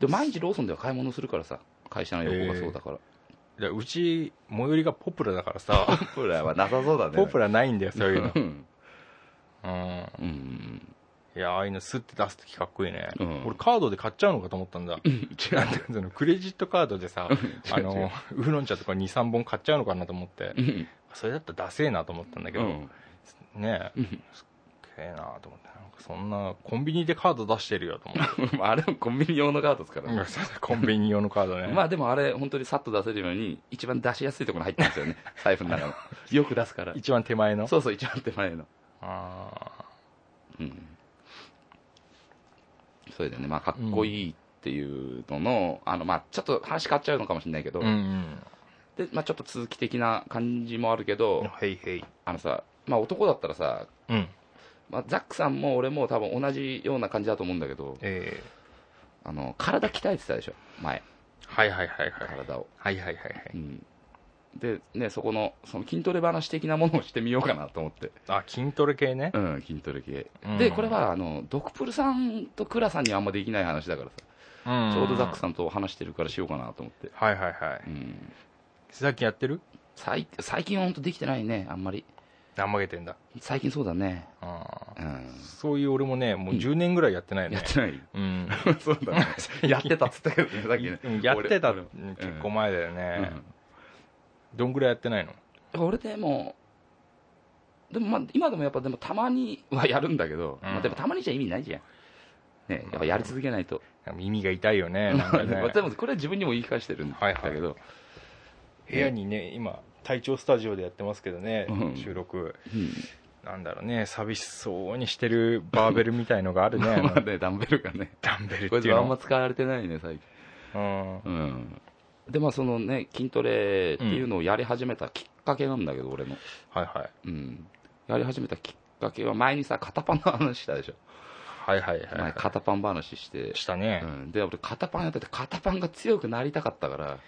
[SPEAKER 3] で毎日ローソンでは買い物するからさ、会社の横がそうだから、
[SPEAKER 4] いやうち最寄りがポプラだからさ
[SPEAKER 3] [LAUGHS] ポプラはなさそうだね
[SPEAKER 4] ポプ
[SPEAKER 3] ラ
[SPEAKER 4] ラないんだよそういうの
[SPEAKER 3] [LAUGHS] うん、
[SPEAKER 4] うん
[SPEAKER 3] うん、
[SPEAKER 4] いやああいうのスッて出すときかっこいいね、
[SPEAKER 3] うん
[SPEAKER 4] 俺カードで買っちゃうのかと思ったんだ
[SPEAKER 3] 違
[SPEAKER 4] なんかそのクレジットカードでさ
[SPEAKER 3] 違う
[SPEAKER 4] あのウーロン茶とか23本買っちゃうのかなと思って
[SPEAKER 3] うん
[SPEAKER 4] それだったらダセえなと思ったんだけ
[SPEAKER 3] う
[SPEAKER 4] ど、
[SPEAKER 3] ん
[SPEAKER 4] ねえすっげえなと思ってなんかそんなコンビニでカード出してるよと
[SPEAKER 3] [LAUGHS]
[SPEAKER 4] 思って
[SPEAKER 3] まああれはコンビニ用のカードですから、
[SPEAKER 4] うんそうそうコンビニ用のカードね、
[SPEAKER 3] まあでもあれ本当にさっと出せるように一番出しやすいところに入ってますよ [LAUGHS] ね財布の中のよく出すから
[SPEAKER 4] 一番手前の
[SPEAKER 3] そうそう一番手前の
[SPEAKER 4] あ
[SPEAKER 3] うんそれでねまあかっこいいっていうのの,、あのまあちょっと話変わっちゃうのかもしれないけど、
[SPEAKER 4] ーうん
[SPEAKER 3] でまあ、ちょっと続き的な感じもあるけ
[SPEAKER 4] うん
[SPEAKER 3] ど
[SPEAKER 4] へいへい
[SPEAKER 3] あのさ、まあ、男だったらさ
[SPEAKER 4] うん
[SPEAKER 3] まあ、ザックさんも俺も多分同じような感じだと思うんだけど、
[SPEAKER 4] え
[SPEAKER 3] あの体鍛えてたでしょ、前、
[SPEAKER 4] ー、はいはいはいはい
[SPEAKER 3] 体を。
[SPEAKER 4] はいはいはいはい
[SPEAKER 3] うん、で、ね、そこのその筋トレ話的なものをしてみようかなと思って、
[SPEAKER 4] あ筋トレ系ね
[SPEAKER 3] うん、筋トレ系。
[SPEAKER 4] うん
[SPEAKER 3] で、これはあのドクプルさんとクラさんにはあんまできない話だからさ、
[SPEAKER 4] うん
[SPEAKER 3] ちょうどザックさ
[SPEAKER 4] ん
[SPEAKER 3] んと話してるからしようかなと思って、
[SPEAKER 4] はいはいはい
[SPEAKER 3] うん、
[SPEAKER 4] さっきやってる
[SPEAKER 3] 最最近は本当できてないね、あんまり。
[SPEAKER 4] 怠けてんだ
[SPEAKER 3] 最近そうだね。
[SPEAKER 4] あ
[SPEAKER 3] う
[SPEAKER 4] ー
[SPEAKER 3] ん、
[SPEAKER 4] そういう俺もねもう
[SPEAKER 3] うん
[SPEAKER 4] 10年ぐらいやってないよ
[SPEAKER 3] や
[SPEAKER 4] ね
[SPEAKER 3] ってない
[SPEAKER 4] [LAUGHS] うん
[SPEAKER 3] そうだね。 [LAUGHS] やってたっつったけどね、さっきね
[SPEAKER 4] うん。やってた
[SPEAKER 3] 俺
[SPEAKER 4] うん結構前だよ
[SPEAKER 3] 俺
[SPEAKER 4] ね
[SPEAKER 3] うん
[SPEAKER 4] どんぐらいやってないの
[SPEAKER 3] 俺でもでもまあ今でもやっぱでもたまにはやるんだけど、
[SPEAKER 4] うん
[SPEAKER 3] まあ、でもたまにじゃ意味ないじゃんねやっぱやり続けないと、
[SPEAKER 4] 耳が痛いよねなん
[SPEAKER 3] [LAUGHS]
[SPEAKER 4] かね
[SPEAKER 3] でもこれは自分にも言い返してるんだ
[SPEAKER 4] はいはい
[SPEAKER 3] けど、
[SPEAKER 4] 部屋にね今隊長スタジオでやってますけどね
[SPEAKER 3] うん
[SPEAKER 4] 収録
[SPEAKER 3] うん
[SPEAKER 4] なんだろうね寂しそうにしてるバーベルみたいのがあるねあの
[SPEAKER 3] [LAUGHS] まあねダンベルがね
[SPEAKER 4] ダンベル
[SPEAKER 3] [LAUGHS] こ
[SPEAKER 4] っ
[SPEAKER 3] れ
[SPEAKER 4] ていう
[SPEAKER 3] あんま
[SPEAKER 4] の
[SPEAKER 3] 使われてないね最近
[SPEAKER 4] うん
[SPEAKER 3] うんでまあそのね筋トレっていうのをやり始めたきっかけなんだけど、俺の
[SPEAKER 4] はいはい
[SPEAKER 3] うんやり始めたきっかけは前にさ肩パンの話したでしょ
[SPEAKER 4] はいはいはい
[SPEAKER 3] 前肩パン話して、
[SPEAKER 4] したね
[SPEAKER 3] うん、で俺肩パンやってて肩パンが強くなりたかったから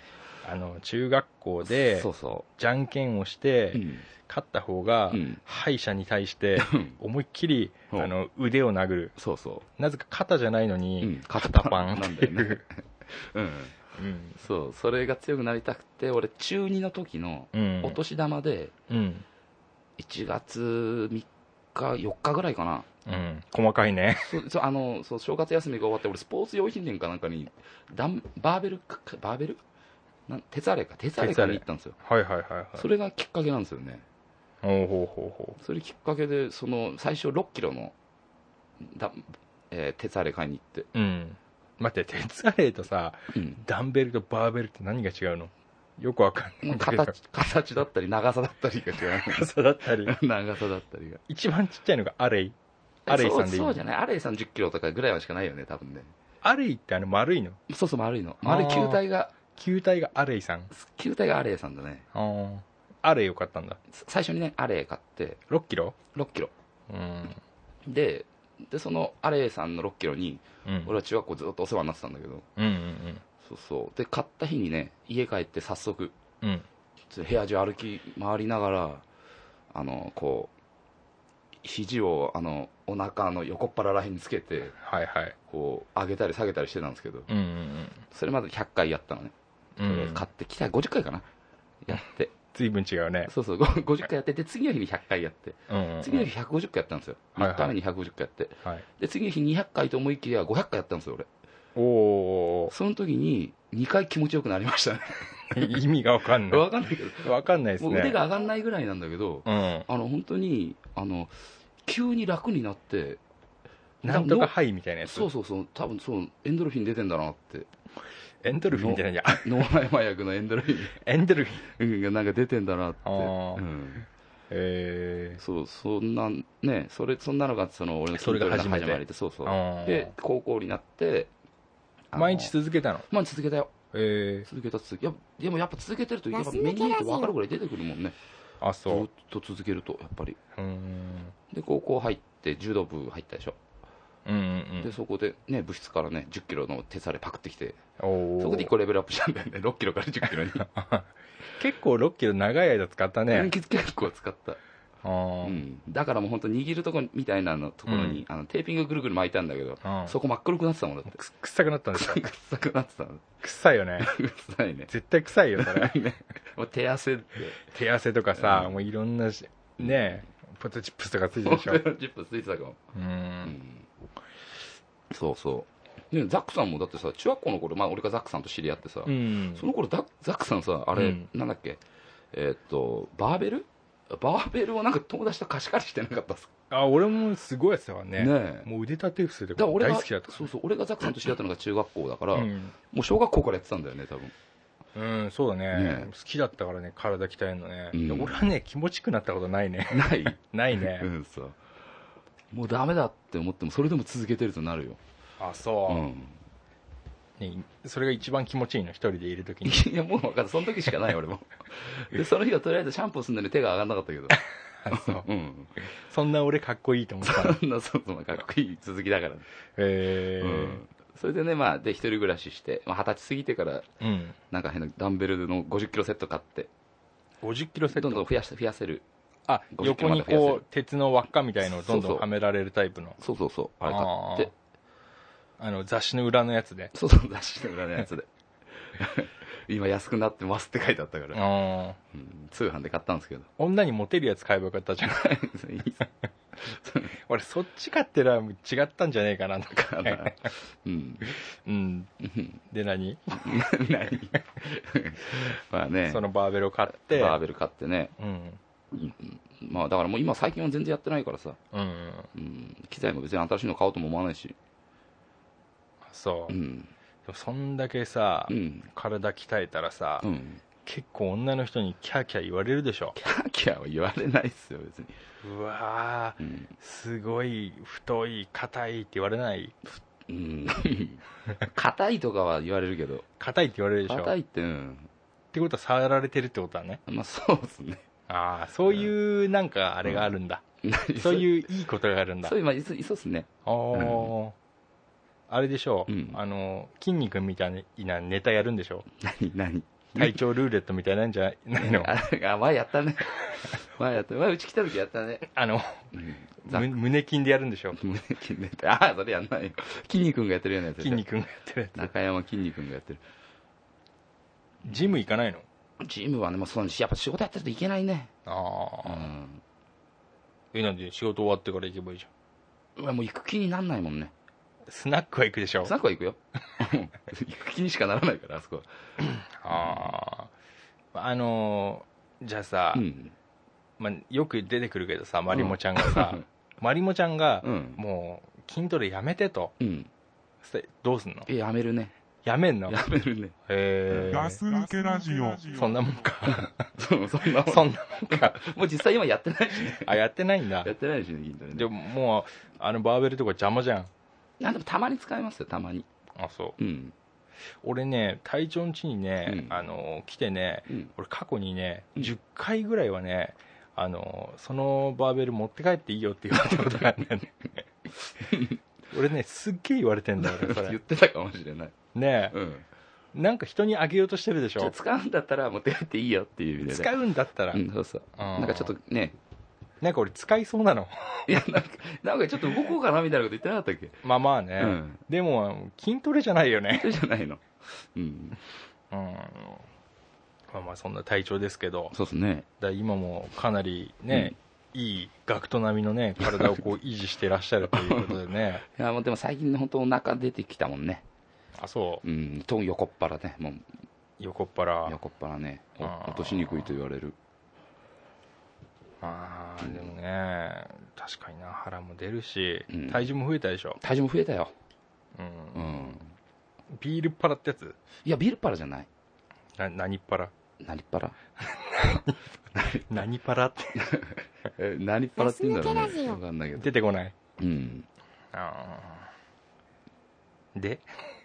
[SPEAKER 4] あの中学校で
[SPEAKER 3] そうそ
[SPEAKER 4] じゃんけんをし
[SPEAKER 3] う、う
[SPEAKER 4] て
[SPEAKER 3] ん
[SPEAKER 4] 勝った方が
[SPEAKER 3] うん
[SPEAKER 4] 敗者に対して
[SPEAKER 3] うん
[SPEAKER 4] 思いっきり
[SPEAKER 3] うん
[SPEAKER 4] あの腕を殴る
[SPEAKER 3] そうそ
[SPEAKER 4] なぜか肩じゃないの
[SPEAKER 3] う、
[SPEAKER 4] に
[SPEAKER 3] カタ
[SPEAKER 4] 肩
[SPEAKER 3] [LAUGHS]
[SPEAKER 4] パンっていう、
[SPEAKER 3] うん、
[SPEAKER 4] うん
[SPEAKER 3] そうそれが強くなりたくて俺中2の時の
[SPEAKER 4] うん
[SPEAKER 3] お年玉で
[SPEAKER 4] うん
[SPEAKER 3] 1月3日4日ぐらいかな
[SPEAKER 4] うん細かいね
[SPEAKER 3] そうそうあのそう正月休みが終わって俺スポーツ用品店かなんかにダンバーベルかバーベルなん鉄アレか鉄アレかに行ったんですよ
[SPEAKER 4] はいはいはいはい
[SPEAKER 3] それがきっかけなんですよね
[SPEAKER 4] ほうほうほうほ
[SPEAKER 3] それきっかけでその最初6キロのだ、えー鉄アレ買いに行って、
[SPEAKER 4] ううん待って鉄アレイとさ
[SPEAKER 3] うん、
[SPEAKER 4] [LAUGHS] ダンベルとバーベルって何が違うのよくわかんないんだけど
[SPEAKER 3] 形形だったり長さだったりが違
[SPEAKER 4] [LAUGHS] 高さだったり
[SPEAKER 3] う長さだったりが
[SPEAKER 4] 一番ちっちゃいのがアレイアレイさんでいい
[SPEAKER 3] そうそう
[SPEAKER 4] の
[SPEAKER 3] じゃないアレイさん1 0キロとかぐらいはしかないよね多分ね
[SPEAKER 4] アレイってあの丸いの
[SPEAKER 3] そうそう丸いの
[SPEAKER 4] あー
[SPEAKER 3] 丸い球体が
[SPEAKER 4] 球体がアレイさん
[SPEAKER 3] 球体がアレイさんだね
[SPEAKER 4] あーアレイよかったんだ
[SPEAKER 3] 最初にねアレイ買って
[SPEAKER 4] 6キロ
[SPEAKER 3] 6キロ
[SPEAKER 4] うん、
[SPEAKER 3] ででそのアレイさんの6キロに
[SPEAKER 4] うん、
[SPEAKER 3] 俺は中学校ずっとお世話になってたんだけど
[SPEAKER 4] うんうん
[SPEAKER 3] そうそうで買った日にね家帰って早速
[SPEAKER 4] うんうん
[SPEAKER 3] 部屋中歩き回りながらあのこう肘をあのお腹の横っ腹らへんにつけて
[SPEAKER 4] はいはい
[SPEAKER 3] こう上げたり下げたりしてたんですけど
[SPEAKER 4] うんうん
[SPEAKER 3] それまで100回やったのね、
[SPEAKER 4] う
[SPEAKER 3] とりあえず
[SPEAKER 4] ん
[SPEAKER 3] 買ってきた50回かなやって
[SPEAKER 4] ずいぶん違うね
[SPEAKER 3] そうそうご50回やってで次の日に100回やって
[SPEAKER 4] うんうんうん
[SPEAKER 3] 次の日150回やったんですよ
[SPEAKER 4] はいはい
[SPEAKER 3] 3日目に150回やって
[SPEAKER 4] はい
[SPEAKER 3] で次の日200回と思いきりは500回やったんですよ俺
[SPEAKER 4] おー
[SPEAKER 3] その時に2回気持ちよくなりましたね
[SPEAKER 4] 意味がわかんな
[SPEAKER 3] わかんないけど
[SPEAKER 4] いわかんないです
[SPEAKER 3] も
[SPEAKER 4] ね
[SPEAKER 3] う腕が上がんないぐらいなんだけど
[SPEAKER 4] うん
[SPEAKER 3] あの本当にあの急に楽になって
[SPEAKER 4] なんとかハイみたいなやつ
[SPEAKER 3] そうそうそう多分そうエンドルフィン出てんだなって [LAUGHS]
[SPEAKER 4] エンドルフィンじゃないや
[SPEAKER 3] 脳内麻薬のエンドルフィン
[SPEAKER 4] エンドルフィン
[SPEAKER 3] うんがなんか出てんだなって、
[SPEAKER 4] あー
[SPEAKER 3] うん
[SPEAKER 4] え
[SPEAKER 3] そうそんなねそれそんなのがその俺の
[SPEAKER 4] それが初めて
[SPEAKER 3] 筋トレの始まりでそうそう
[SPEAKER 4] ー、
[SPEAKER 3] で高校になって
[SPEAKER 4] あー
[SPEAKER 3] あの
[SPEAKER 4] 毎日続けたの
[SPEAKER 3] 毎日続けたよ
[SPEAKER 4] ええ
[SPEAKER 3] 続けた続けいやでもやっぱ続けてるとやっぱ目に見えて分かるぐらい出てくるもんね
[SPEAKER 4] あ
[SPEAKER 3] ず
[SPEAKER 4] そ
[SPEAKER 3] っと続けるとやっぱり
[SPEAKER 4] ううーん
[SPEAKER 3] で高校入って柔道部入ったでしょ、
[SPEAKER 4] うんうんう
[SPEAKER 3] で
[SPEAKER 4] ん
[SPEAKER 3] そこでね部室からね1 0キロの手されパクってきて
[SPEAKER 4] おー
[SPEAKER 3] そこで1個レベルアップしたんだよね6キロから1 0キロに、
[SPEAKER 4] 結構6キロ長い間使ったね、
[SPEAKER 3] 結構使った、
[SPEAKER 4] あー
[SPEAKER 3] うんだからもう本当握るとこみたいなのところに、
[SPEAKER 4] うん
[SPEAKER 3] あのテーピングぐるぐる巻いたんだけど、
[SPEAKER 4] うん
[SPEAKER 3] そこ真っ黒くなってたもんだって
[SPEAKER 4] く臭くなったんですよ
[SPEAKER 3] 臭くなってたの
[SPEAKER 4] 臭いよね
[SPEAKER 3] 臭いね
[SPEAKER 4] 絶対臭いよそれ [LAUGHS]
[SPEAKER 3] ねもう手汗って
[SPEAKER 4] 手汗とかさ、
[SPEAKER 3] うん
[SPEAKER 4] もういろんなしねえポテトチップスとかついてる
[SPEAKER 3] もう
[SPEAKER 4] でしょ
[SPEAKER 3] 10分ついてたかも
[SPEAKER 4] う
[SPEAKER 3] うんんそうそうねザックさんもだってさ中学校の頃、まあ、俺がザックさんと知り合ってさ、
[SPEAKER 4] うん
[SPEAKER 3] その頃ザザックさんさあれ、
[SPEAKER 4] うん
[SPEAKER 3] なんだっけえーっとバーベルバーベルをなんか友達と貸し借りしてなかったっす
[SPEAKER 4] あ俺もすごいやつだわね
[SPEAKER 3] ねねえ
[SPEAKER 4] もう腕立て伏せと
[SPEAKER 3] だから
[SPEAKER 4] か
[SPEAKER 3] 俺
[SPEAKER 4] 大
[SPEAKER 3] が
[SPEAKER 4] 好きだった
[SPEAKER 3] そうそう俺がザックさんと知り合ったのが中学校だから、
[SPEAKER 4] うん、
[SPEAKER 3] もう小学校からやってたんだよね
[SPEAKER 4] [LAUGHS]
[SPEAKER 3] 多分
[SPEAKER 4] うん、そうだね
[SPEAKER 3] ねえ
[SPEAKER 4] 好きだったからね体鍛えるのね、
[SPEAKER 3] うん
[SPEAKER 4] で俺はね気持ちよくなったことないね
[SPEAKER 3] ない、
[SPEAKER 4] ないね、
[SPEAKER 3] うんさもうダメだって思ってもそれでも続けてるとなるよ、
[SPEAKER 4] あそうう、
[SPEAKER 3] ん、
[SPEAKER 4] ねそれが一番気持ちいいの一人でいると
[SPEAKER 3] [LAUGHS]
[SPEAKER 4] きに
[SPEAKER 3] いやもう分かったその時しかない俺もでその日はとりあえずシャンプーするのに手が上がんなか
[SPEAKER 4] [LAUGHS]
[SPEAKER 3] ったけど
[SPEAKER 4] あそう
[SPEAKER 3] うん [LAUGHS]
[SPEAKER 4] そんな俺かっこいいと思ったの
[SPEAKER 3] そんなそうそうかっこいい続きだから、
[SPEAKER 4] え
[SPEAKER 3] う
[SPEAKER 4] ー
[SPEAKER 3] ん、それでねまあで一人暮らししてまあ二十、歳過ぎてから
[SPEAKER 4] うん、
[SPEAKER 3] なんか変なダンベルの5 0キロセット買って
[SPEAKER 4] 50キロセット
[SPEAKER 3] どんどん増やして増やせる
[SPEAKER 4] あ
[SPEAKER 3] 50
[SPEAKER 4] 横に
[SPEAKER 3] また増やせ
[SPEAKER 4] こう
[SPEAKER 3] る
[SPEAKER 4] 鉄の輪っかみたいのをどんど
[SPEAKER 3] そ
[SPEAKER 4] ん
[SPEAKER 3] うそ
[SPEAKER 4] は
[SPEAKER 3] う
[SPEAKER 4] められるタイプの
[SPEAKER 3] そうそうそうあれ買って
[SPEAKER 4] あの雑誌の裏のやつで
[SPEAKER 3] そうそう雑誌の裏のやつで [LAUGHS] 今安くなってますって書いてあったから、
[SPEAKER 4] あ
[SPEAKER 3] うん通販で買ったんですけど
[SPEAKER 4] 女にモテるやつ買えばよかったじゃん [LAUGHS]
[SPEAKER 3] いいっす
[SPEAKER 4] 俺そっち買ってら違ったんじゃねえかなとか
[SPEAKER 3] かなうん
[SPEAKER 4] うん
[SPEAKER 3] うん
[SPEAKER 4] で何
[SPEAKER 3] 何まあね
[SPEAKER 4] そのバーベルを買って
[SPEAKER 3] バーベル買ってね、
[SPEAKER 4] うん
[SPEAKER 3] まあ、だからもう今最近は全然やってないからさ、
[SPEAKER 4] うん
[SPEAKER 3] うん、機材も別に新しいの買おうとも思わないし、
[SPEAKER 4] そううで
[SPEAKER 3] ん
[SPEAKER 4] もそんだけさ
[SPEAKER 3] うん
[SPEAKER 4] 体鍛えたらさ
[SPEAKER 3] うん、
[SPEAKER 4] 結構女の人にキャーキャー言われるでしょ
[SPEAKER 3] キャーキャーは言われないっすよ別に、
[SPEAKER 4] うわー
[SPEAKER 3] うん
[SPEAKER 4] すごい太い硬いって言われない
[SPEAKER 3] うん、硬いとかは言われるけど
[SPEAKER 4] 硬いって言われるでしょ
[SPEAKER 3] 硬
[SPEAKER 4] っ
[SPEAKER 3] いって、うん
[SPEAKER 4] てことは触られてるってことはね
[SPEAKER 3] まあそうっすね
[SPEAKER 4] ああそういうなんかあれがあるんだ、そう
[SPEAKER 3] う
[SPEAKER 4] いういいことがあるんだ
[SPEAKER 3] そういうまあいそそうっすね
[SPEAKER 4] あーあれでしょう、
[SPEAKER 3] うん
[SPEAKER 4] あの筋肉みたいなネタやるんでしょ
[SPEAKER 3] 何何
[SPEAKER 4] 体調ルーレットみたいなんじゃないの
[SPEAKER 3] ああ前やったね [LAUGHS] 前やった前うち来た時やったね、
[SPEAKER 4] あの
[SPEAKER 3] うん、ざ
[SPEAKER 4] む胸筋でやるんでしょ
[SPEAKER 3] 胸筋ねああそれやんないよ筋肉がやってるようなやつでし
[SPEAKER 4] 筋
[SPEAKER 3] ょ
[SPEAKER 4] 肉がやってるや
[SPEAKER 3] 中山筋肉がやってる
[SPEAKER 4] つジム行かないの
[SPEAKER 3] ジムはね、まあ、そのやっぱ仕事やってるといけないね、う
[SPEAKER 4] ああ、
[SPEAKER 3] ん、
[SPEAKER 4] えなんで仕事終わってから行けばいいじゃん
[SPEAKER 3] うわもう行く気になんないもんね
[SPEAKER 4] スナックは行くでしょ
[SPEAKER 3] スナックは行
[SPEAKER 4] [LAUGHS]
[SPEAKER 3] くよ行く気にしかならないからあそこは
[SPEAKER 4] あああのーじゃあさ、
[SPEAKER 3] うん
[SPEAKER 4] まあ、よく出てくるけどさまりもちゃんがさ、まりもちゃんが、
[SPEAKER 3] うん
[SPEAKER 4] もう筋トレやめてと
[SPEAKER 3] うん
[SPEAKER 4] せどうすんの
[SPEAKER 3] えやめるね
[SPEAKER 4] やめんの
[SPEAKER 3] やめるね [LAUGHS]
[SPEAKER 4] へ
[SPEAKER 1] ガス抜けラジオ。
[SPEAKER 4] そんなもんか
[SPEAKER 3] そうそんなもん
[SPEAKER 4] そんな [LAUGHS] もんか
[SPEAKER 3] もう実際今やってないし
[SPEAKER 4] [LAUGHS]
[SPEAKER 3] ね
[SPEAKER 4] あやってないんだ
[SPEAKER 3] やってないしね筋トレ
[SPEAKER 4] で
[SPEAKER 3] ね
[SPEAKER 4] ももうあのバーベルとか邪魔じゃん
[SPEAKER 3] なんでもたまに使いますよたまに
[SPEAKER 4] あそう
[SPEAKER 3] うん
[SPEAKER 4] 俺ね隊長の家にね、
[SPEAKER 3] うん
[SPEAKER 4] あの来てね
[SPEAKER 3] うん
[SPEAKER 4] 俺過去にね
[SPEAKER 3] うん
[SPEAKER 4] 10回ぐらいはねあのそのバーベル持って帰っていいよって言われたことがあるんだよ
[SPEAKER 3] [LAUGHS]
[SPEAKER 4] ね俺ねすっげえ言われてんだよ俺そ
[SPEAKER 3] [LAUGHS] 言っ
[SPEAKER 4] れ
[SPEAKER 3] てたかもしれない、
[SPEAKER 4] ね
[SPEAKER 3] うん、
[SPEAKER 4] えなんか人にあげようとしてるでし
[SPEAKER 3] ちょ
[SPEAKER 4] ょ
[SPEAKER 3] 使うんだったら持って帰っていいよっていう意味でね
[SPEAKER 4] 使うんだったら、
[SPEAKER 3] うんそうそう
[SPEAKER 4] あー
[SPEAKER 3] なんかちょっとね
[SPEAKER 4] なんか俺使いそうなの [LAUGHS]
[SPEAKER 3] いやなんかなんかちょっと動こうかなみたいなこと言ってなかったっけ
[SPEAKER 4] まあまあね、
[SPEAKER 3] うん
[SPEAKER 4] でも筋トレじゃないよね
[SPEAKER 3] [LAUGHS] それじゃないのうん
[SPEAKER 4] うんまあまあそんな体調ですけど
[SPEAKER 3] そうですね
[SPEAKER 4] だ今もかなりね、いいガクト並みのね体をこう維持してらっしゃるということでね
[SPEAKER 3] [LAUGHS] いやもうでも最近本当お腹出てきたもんね
[SPEAKER 4] あそう
[SPEAKER 3] うんと横っ腹ねもう
[SPEAKER 4] 横っ腹
[SPEAKER 3] 横っ腹ねお
[SPEAKER 4] あー
[SPEAKER 3] 落としにくいと言われる
[SPEAKER 4] あーでもね確かにな腹も出るし、
[SPEAKER 3] うん
[SPEAKER 4] 体重も増えたでしょ、
[SPEAKER 3] 体重も増えたよ
[SPEAKER 4] うん
[SPEAKER 3] うん
[SPEAKER 4] ビールパラってやつ
[SPEAKER 3] いやビールパラじゃない
[SPEAKER 4] な何パラ
[SPEAKER 3] 何パラ
[SPEAKER 4] 何パラって
[SPEAKER 3] え何パラって言うんだろう
[SPEAKER 2] ガス抜けラ
[SPEAKER 3] ね
[SPEAKER 2] ジオ
[SPEAKER 3] 分かんないけど
[SPEAKER 4] 出てこない
[SPEAKER 3] うん
[SPEAKER 4] あーで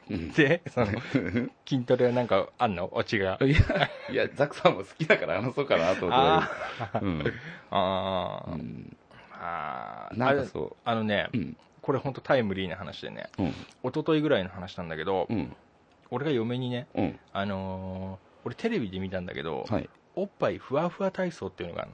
[SPEAKER 3] うん
[SPEAKER 4] でそ
[SPEAKER 3] [LAUGHS]
[SPEAKER 4] の筋トレはなんかあんのオチが
[SPEAKER 3] いやいやザクさんも好きだから話そうかなと思って
[SPEAKER 4] あ
[SPEAKER 3] たけど
[SPEAKER 4] あ
[SPEAKER 3] う
[SPEAKER 4] ー、う
[SPEAKER 3] ん、うん、
[SPEAKER 4] あー
[SPEAKER 3] なんかそう
[SPEAKER 4] あのね、
[SPEAKER 3] うん
[SPEAKER 4] これ本当タイムリーな話でね
[SPEAKER 3] うん
[SPEAKER 4] 一昨日ぐらいの話なんだけど、
[SPEAKER 3] うん
[SPEAKER 4] 俺が嫁にね
[SPEAKER 3] うん
[SPEAKER 4] あのー俺テレビで見たんだけど、
[SPEAKER 3] はい
[SPEAKER 4] おっぱいふわふわ体操っていうのがある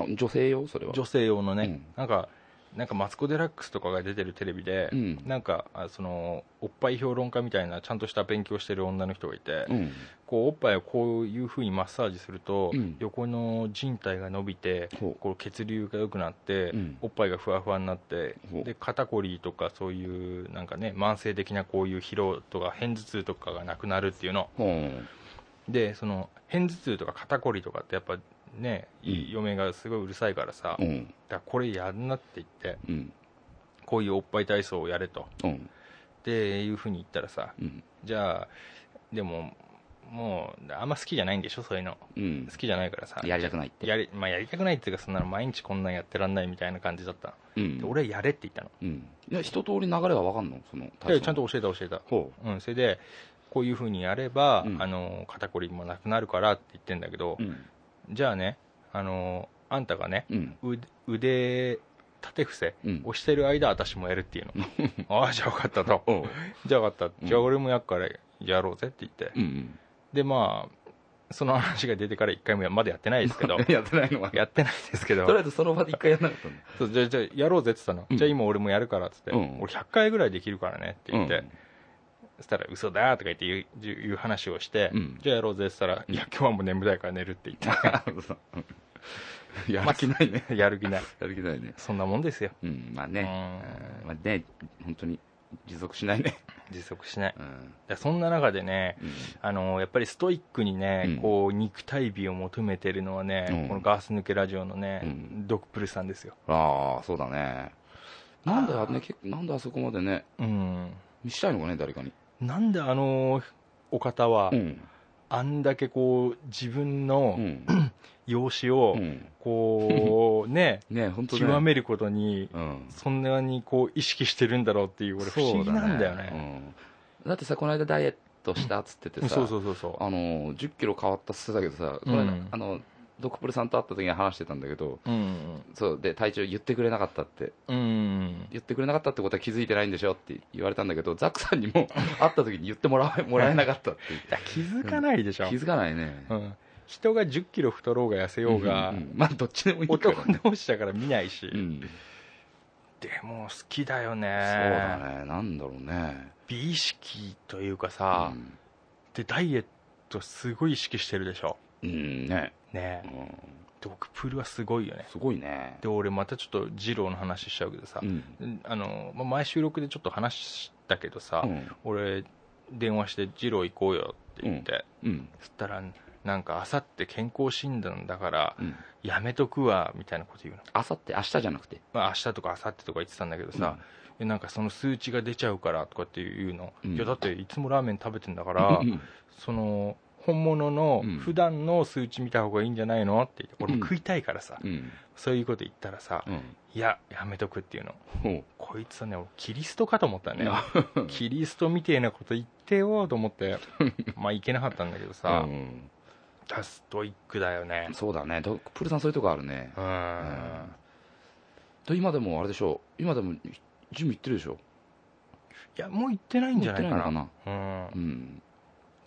[SPEAKER 3] あ女性よそれは
[SPEAKER 4] の女性用のね、
[SPEAKER 3] うん
[SPEAKER 4] なんかなんかマツコ・デラックスとかが出てるテレビで、
[SPEAKER 3] うん
[SPEAKER 4] なんかあそのおっぱい評論家みたいなちゃんとした勉強してる女の人がいて、
[SPEAKER 3] うん
[SPEAKER 4] こうおっぱいをこういうふうにマッサージすると、
[SPEAKER 3] うん
[SPEAKER 4] 横の人体が伸びて
[SPEAKER 3] ほ
[SPEAKER 4] こう血流が良くなって、
[SPEAKER 3] うん
[SPEAKER 4] おっぱいがふわふわになって
[SPEAKER 3] ほう
[SPEAKER 4] で肩こりとかそういうなんかね慢性的なこういう疲労とか片頭痛とかがなくなるっていうの
[SPEAKER 3] うほう
[SPEAKER 4] でその片頭痛とか肩こりとかってやっぱね、い
[SPEAKER 3] うん
[SPEAKER 4] 嫁がすごいうるさいからさ、
[SPEAKER 3] う
[SPEAKER 4] だか
[SPEAKER 3] ん
[SPEAKER 4] らこれやんなって言って
[SPEAKER 3] うん
[SPEAKER 4] こういうおっぱい体操をやれと
[SPEAKER 3] うん
[SPEAKER 4] っていうふうに言ったらさ
[SPEAKER 3] うん
[SPEAKER 4] じゃあでももうあんま好きじゃないんでしょそういうの
[SPEAKER 3] うん
[SPEAKER 4] 好きじゃないからさ
[SPEAKER 3] やりたくないって
[SPEAKER 4] やり,、まあ、やりたくないっていうかそんなの毎日こんなんやってらんないみたいな感じだった
[SPEAKER 3] う
[SPEAKER 4] の
[SPEAKER 3] ん
[SPEAKER 4] で俺はやれって言ったの
[SPEAKER 3] うんいや一通り流れは分かんのその体
[SPEAKER 4] で
[SPEAKER 3] 操
[SPEAKER 4] ちゃんと教えた教えた
[SPEAKER 3] ほ
[SPEAKER 4] うんそれでこういうふうにやれば、
[SPEAKER 3] うん
[SPEAKER 4] あの肩こりもなくなるからって言ってんだけど
[SPEAKER 3] うう、ん
[SPEAKER 4] じゃあねあのあんたがね
[SPEAKER 3] うん
[SPEAKER 4] う腕縦伏せ
[SPEAKER 3] うん
[SPEAKER 4] 押してる間私もやるっていうの
[SPEAKER 3] [LAUGHS]
[SPEAKER 4] ああじゃあ分かったと
[SPEAKER 3] うん
[SPEAKER 4] じゃあ分かっ
[SPEAKER 3] う
[SPEAKER 4] た
[SPEAKER 3] ん
[SPEAKER 4] じゃあ俺もやっからやろうぜって言って、
[SPEAKER 3] うん
[SPEAKER 4] でまあその話が出てから1回もやまだやってないですけど
[SPEAKER 3] [LAUGHS] やってないのは
[SPEAKER 4] やってないですけど
[SPEAKER 3] とりあえずその場で一回やんなかったんだ
[SPEAKER 4] そうじゃあじゃあやろうぜって言ったの、
[SPEAKER 3] うん
[SPEAKER 4] じゃあ今俺もやるからって言って、
[SPEAKER 3] うん
[SPEAKER 4] 俺100回ぐらいできるからねって言って、
[SPEAKER 3] うん
[SPEAKER 4] そしたら嘘だとか言って言う言う言う話をして、
[SPEAKER 3] うん
[SPEAKER 4] じゃあやろうぜって言ったら、いや今日はもう眠たいから寝るって言っ
[SPEAKER 3] [LAUGHS] やる気ないね
[SPEAKER 4] て [LAUGHS] やる気ない
[SPEAKER 3] やる気ないね
[SPEAKER 4] そんなもんですよ
[SPEAKER 3] うんまあね
[SPEAKER 4] うん
[SPEAKER 3] うんまあね本当に持続しないね [LAUGHS]
[SPEAKER 4] 持続しないだか
[SPEAKER 3] うん
[SPEAKER 4] らそんな中でね
[SPEAKER 3] うん
[SPEAKER 4] あのやっぱりストイックにね、
[SPEAKER 3] うん
[SPEAKER 4] こう肉体美を求めてるのはね、
[SPEAKER 3] うん
[SPEAKER 4] このガース抜けラジオのね、
[SPEAKER 3] うん
[SPEAKER 4] ドクプルさんですよ
[SPEAKER 3] ああそうだねなんであね結構なんであそこまでね
[SPEAKER 4] うん
[SPEAKER 3] 見したいのかね誰かに
[SPEAKER 4] なんであのお方は、
[SPEAKER 3] うん
[SPEAKER 4] あんだけこう自分の
[SPEAKER 3] うん
[SPEAKER 4] 容姿を、
[SPEAKER 3] うん
[SPEAKER 4] こうね
[SPEAKER 3] ね [LAUGHS] 本当ね
[SPEAKER 4] 極めることに
[SPEAKER 3] うん
[SPEAKER 4] そんなにこう意識してるんだろうっていう俺不思議なんだよね
[SPEAKER 3] うんだってさこの間ダイエットしたっつってて
[SPEAKER 4] うん
[SPEAKER 3] さ
[SPEAKER 4] そうそうそうそう
[SPEAKER 3] あの1 0キロ変わったっつってたけどさこの間、
[SPEAKER 4] うん
[SPEAKER 3] あのドクプルさんと会った時に話してたんだけど
[SPEAKER 4] うん
[SPEAKER 3] そうで体調言ってくれなかったって
[SPEAKER 4] うん
[SPEAKER 3] 言ってくれなかったってことは気づいてないんでしょって言われたんだけどザックさんにも会った時に言ってもらえもらえなか
[SPEAKER 4] [LAUGHS]
[SPEAKER 3] ったっていう
[SPEAKER 4] いや気づかないでしょ、
[SPEAKER 3] 気づかないね
[SPEAKER 4] うん、人が1 0キロ太ろうが痩せようが、
[SPEAKER 3] うんうんまあどっちでもいいから
[SPEAKER 4] 男同士だから見ないし、
[SPEAKER 3] うん
[SPEAKER 4] でも好きだよ
[SPEAKER 3] そう
[SPEAKER 4] ね
[SPEAKER 3] だねなんだろうね
[SPEAKER 4] 美意識というかさ、
[SPEAKER 3] うん
[SPEAKER 4] でダイエットすごい意識してるでしょ
[SPEAKER 3] うんね、
[SPEAKER 4] ね
[SPEAKER 3] う
[SPEAKER 4] え
[SPEAKER 3] ん、
[SPEAKER 4] ドクプルはすごいよね
[SPEAKER 3] すごいね
[SPEAKER 4] で俺またちょっと二郎の話しちゃうけどさ、
[SPEAKER 3] うん
[SPEAKER 4] あのまあ前収録でちょっと話したけどさ、
[SPEAKER 3] うん
[SPEAKER 4] 俺電話して「二郎行こうよ」って言って、
[SPEAKER 3] うん
[SPEAKER 4] そしたらなんかあさって健康診断だから
[SPEAKER 3] うん
[SPEAKER 4] やめとくわみたいなこと言うの、
[SPEAKER 3] あさって明日じゃなくて
[SPEAKER 4] まあ、明日とかあさってとか言ってたんだけどさ、えなんかその数値が出ちゃうからとかっていうの、
[SPEAKER 3] うん
[SPEAKER 4] いやだっていつもラーメン食べてんだか
[SPEAKER 3] うん
[SPEAKER 4] ら、
[SPEAKER 3] うん
[SPEAKER 4] その本物の
[SPEAKER 3] うん
[SPEAKER 4] 普段の数値見た方がいいんじゃないのって言って俺
[SPEAKER 3] うん
[SPEAKER 4] も食いたいからさ、
[SPEAKER 3] うん
[SPEAKER 4] そういうこと言ったらさ、
[SPEAKER 3] うん
[SPEAKER 4] いややめとくっていうの
[SPEAKER 3] ほう
[SPEAKER 4] こいつはね俺キリストかと思ったね
[SPEAKER 3] あ
[SPEAKER 4] キリストみてえなこと言ってよと思って
[SPEAKER 3] [LAUGHS]
[SPEAKER 4] まあいけなかったんだけどさ、
[SPEAKER 3] うん
[SPEAKER 4] ダストイックだよね
[SPEAKER 3] そうだねドクプルさんそういうとこあるね
[SPEAKER 4] うん、
[SPEAKER 3] んで今でもあれでしょ今でもジム行ってるでしょ
[SPEAKER 4] いやもう行ってないんじゃないかな
[SPEAKER 3] 行ってないの
[SPEAKER 4] うん
[SPEAKER 3] う、ん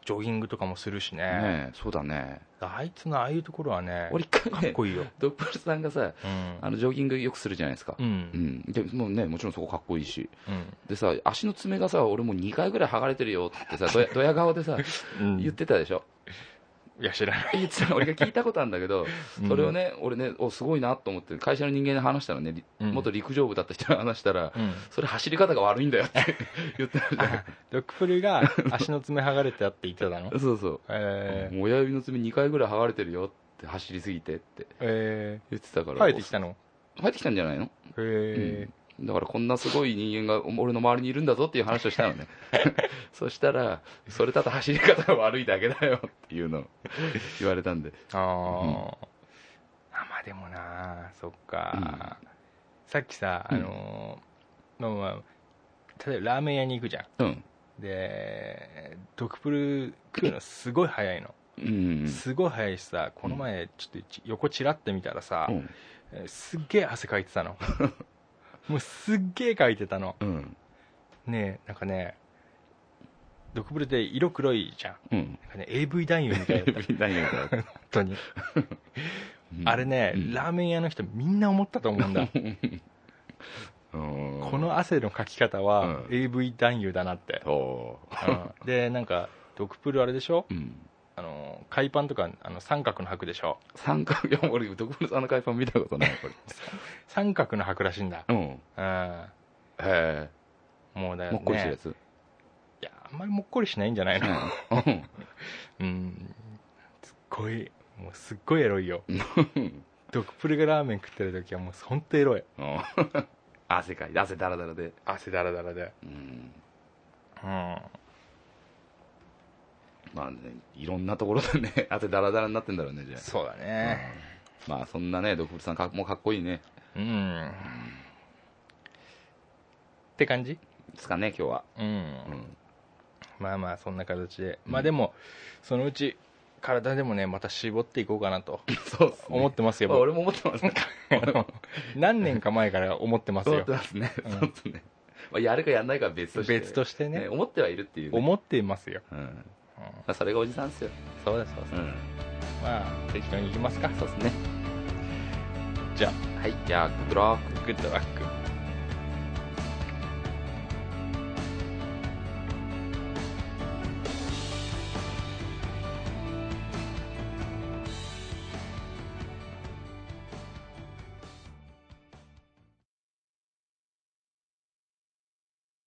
[SPEAKER 4] ジョギングとかもするしね
[SPEAKER 3] ねえそうだね
[SPEAKER 4] あいつのああいうところはね
[SPEAKER 3] 俺一回
[SPEAKER 4] かっ
[SPEAKER 3] ね
[SPEAKER 4] こいいよ、
[SPEAKER 3] ドクプルさんがさ
[SPEAKER 4] うん、
[SPEAKER 3] あのジョギングよくするじゃないですか
[SPEAKER 4] う
[SPEAKER 3] うんんでもうねもちろんそこかっこいいし
[SPEAKER 4] うん
[SPEAKER 3] でさ足の爪がさ俺もう2回ぐらい剥がれてるよってさ
[SPEAKER 4] [LAUGHS]
[SPEAKER 3] ドヤドヤ顔でさ
[SPEAKER 4] うん
[SPEAKER 3] 言ってたでしょ
[SPEAKER 4] いや知らない
[SPEAKER 3] 言ってた俺が聞いたことあるんだけど
[SPEAKER 4] うん
[SPEAKER 3] それをね俺ねおすごいなと思って会社の人間に話したらねり
[SPEAKER 4] うん
[SPEAKER 3] 元陸上部だった人に話したら
[SPEAKER 4] うん
[SPEAKER 3] それ走り方が悪いんだよって言ってました
[SPEAKER 4] あドクプルが足の爪剥がれてあって言ってたの
[SPEAKER 3] [LAUGHS]
[SPEAKER 4] [LAUGHS]
[SPEAKER 3] そうそう
[SPEAKER 4] えー、
[SPEAKER 3] もう親指の爪2回ぐらい剥がれてるよって走りすぎてって
[SPEAKER 4] え
[SPEAKER 3] 言ってたか
[SPEAKER 4] ー、
[SPEAKER 3] ら
[SPEAKER 4] 生えてきたの
[SPEAKER 3] 入ってきたんじゃないの
[SPEAKER 4] え
[SPEAKER 3] だからこんなすごい人間が俺の周りにいるんだぞっていう話をした
[SPEAKER 4] [LAUGHS]
[SPEAKER 3] のねそしたらそれだと走り方が悪いだけだよっていうのを言われたんで
[SPEAKER 4] あああまあでもなそっか、さっきさあのーまあまあ例えばラーメン屋に行くじゃん
[SPEAKER 3] うん
[SPEAKER 4] でドクプル食うのすごい早いの
[SPEAKER 3] うん
[SPEAKER 4] すごい早いしさこの前ちょっとち横ちらって見たらさ、
[SPEAKER 3] うん
[SPEAKER 4] えーすっげえ汗かいて
[SPEAKER 3] [LAUGHS]
[SPEAKER 4] たのもうすっげえかいてたの
[SPEAKER 3] うん
[SPEAKER 4] ねえなんかねドクブルで色黒いじゃん
[SPEAKER 3] うん
[SPEAKER 4] なんか、ね、AV 男優みたいだ
[SPEAKER 3] [LAUGHS]
[SPEAKER 4] った本
[SPEAKER 3] 何がだよ
[SPEAKER 4] 当に
[SPEAKER 3] うん
[SPEAKER 4] あれね、
[SPEAKER 3] うん
[SPEAKER 4] ラーメン屋の人みんな思ったと思うんだ
[SPEAKER 3] うん
[SPEAKER 4] この汗のかき方は
[SPEAKER 3] うん
[SPEAKER 4] AV 男優だなって、
[SPEAKER 3] おー
[SPEAKER 4] うんでなんかドクプルあれでしょ
[SPEAKER 3] うん
[SPEAKER 4] あの海パンとかあの三角の履くでしょ
[SPEAKER 3] 三角いや俺徳丸さんの海パン見たことないこれ
[SPEAKER 4] 三角の履くらしいんだ
[SPEAKER 3] うんへ
[SPEAKER 4] うん
[SPEAKER 3] え
[SPEAKER 4] もうだよね
[SPEAKER 3] もっこりしてるやつ
[SPEAKER 4] いやあんまりもっこりしないんじゃないの
[SPEAKER 3] うん
[SPEAKER 4] うんすっごいもうすっごいエロいよドクプルがラーメン食ってる時はもうほんとエロい
[SPEAKER 3] うん [LAUGHS] 汗かいて汗だらだらで
[SPEAKER 4] 汗だらだらで
[SPEAKER 3] うん
[SPEAKER 4] うん
[SPEAKER 3] まあね、いろんなところでね、 [LAUGHS] 汗だらだらになってんだろうね、じゃ
[SPEAKER 4] そうだ
[SPEAKER 3] あ。
[SPEAKER 4] ね
[SPEAKER 3] うんまあ、そんなね、毒物さんか、もうかっこいいね。
[SPEAKER 4] うんって感じ
[SPEAKER 3] ですかね、今日は。
[SPEAKER 4] うん、
[SPEAKER 3] うん。 [LAUGHS]
[SPEAKER 4] まあまあそんな形で、
[SPEAKER 3] うん
[SPEAKER 4] まあでもそのうち体でもねまた絞っていこうかなと
[SPEAKER 3] そうっすね。
[SPEAKER 4] 思ってますよ
[SPEAKER 3] まあ
[SPEAKER 4] 僕 [LAUGHS]
[SPEAKER 3] 俺も思ってますね。
[SPEAKER 4] 何年か前から思ってます
[SPEAKER 3] 思っ
[SPEAKER 4] よ
[SPEAKER 3] てますね。
[SPEAKER 4] うん
[SPEAKER 3] そうっすね。まあ、やるかやんないかは別として。
[SPEAKER 4] 別としてね
[SPEAKER 3] ね思ってはいるっていうね。
[SPEAKER 4] 思ってますよ、
[SPEAKER 3] うん。ま
[SPEAKER 4] うん
[SPEAKER 3] あ、それがおじさんっすよ。
[SPEAKER 4] そうですそうです
[SPEAKER 3] うん。
[SPEAKER 4] まあ適当にいきますか
[SPEAKER 3] そうっすね。
[SPEAKER 4] じゃ
[SPEAKER 3] はい、じゃあ、グローク。
[SPEAKER 4] あグッドラック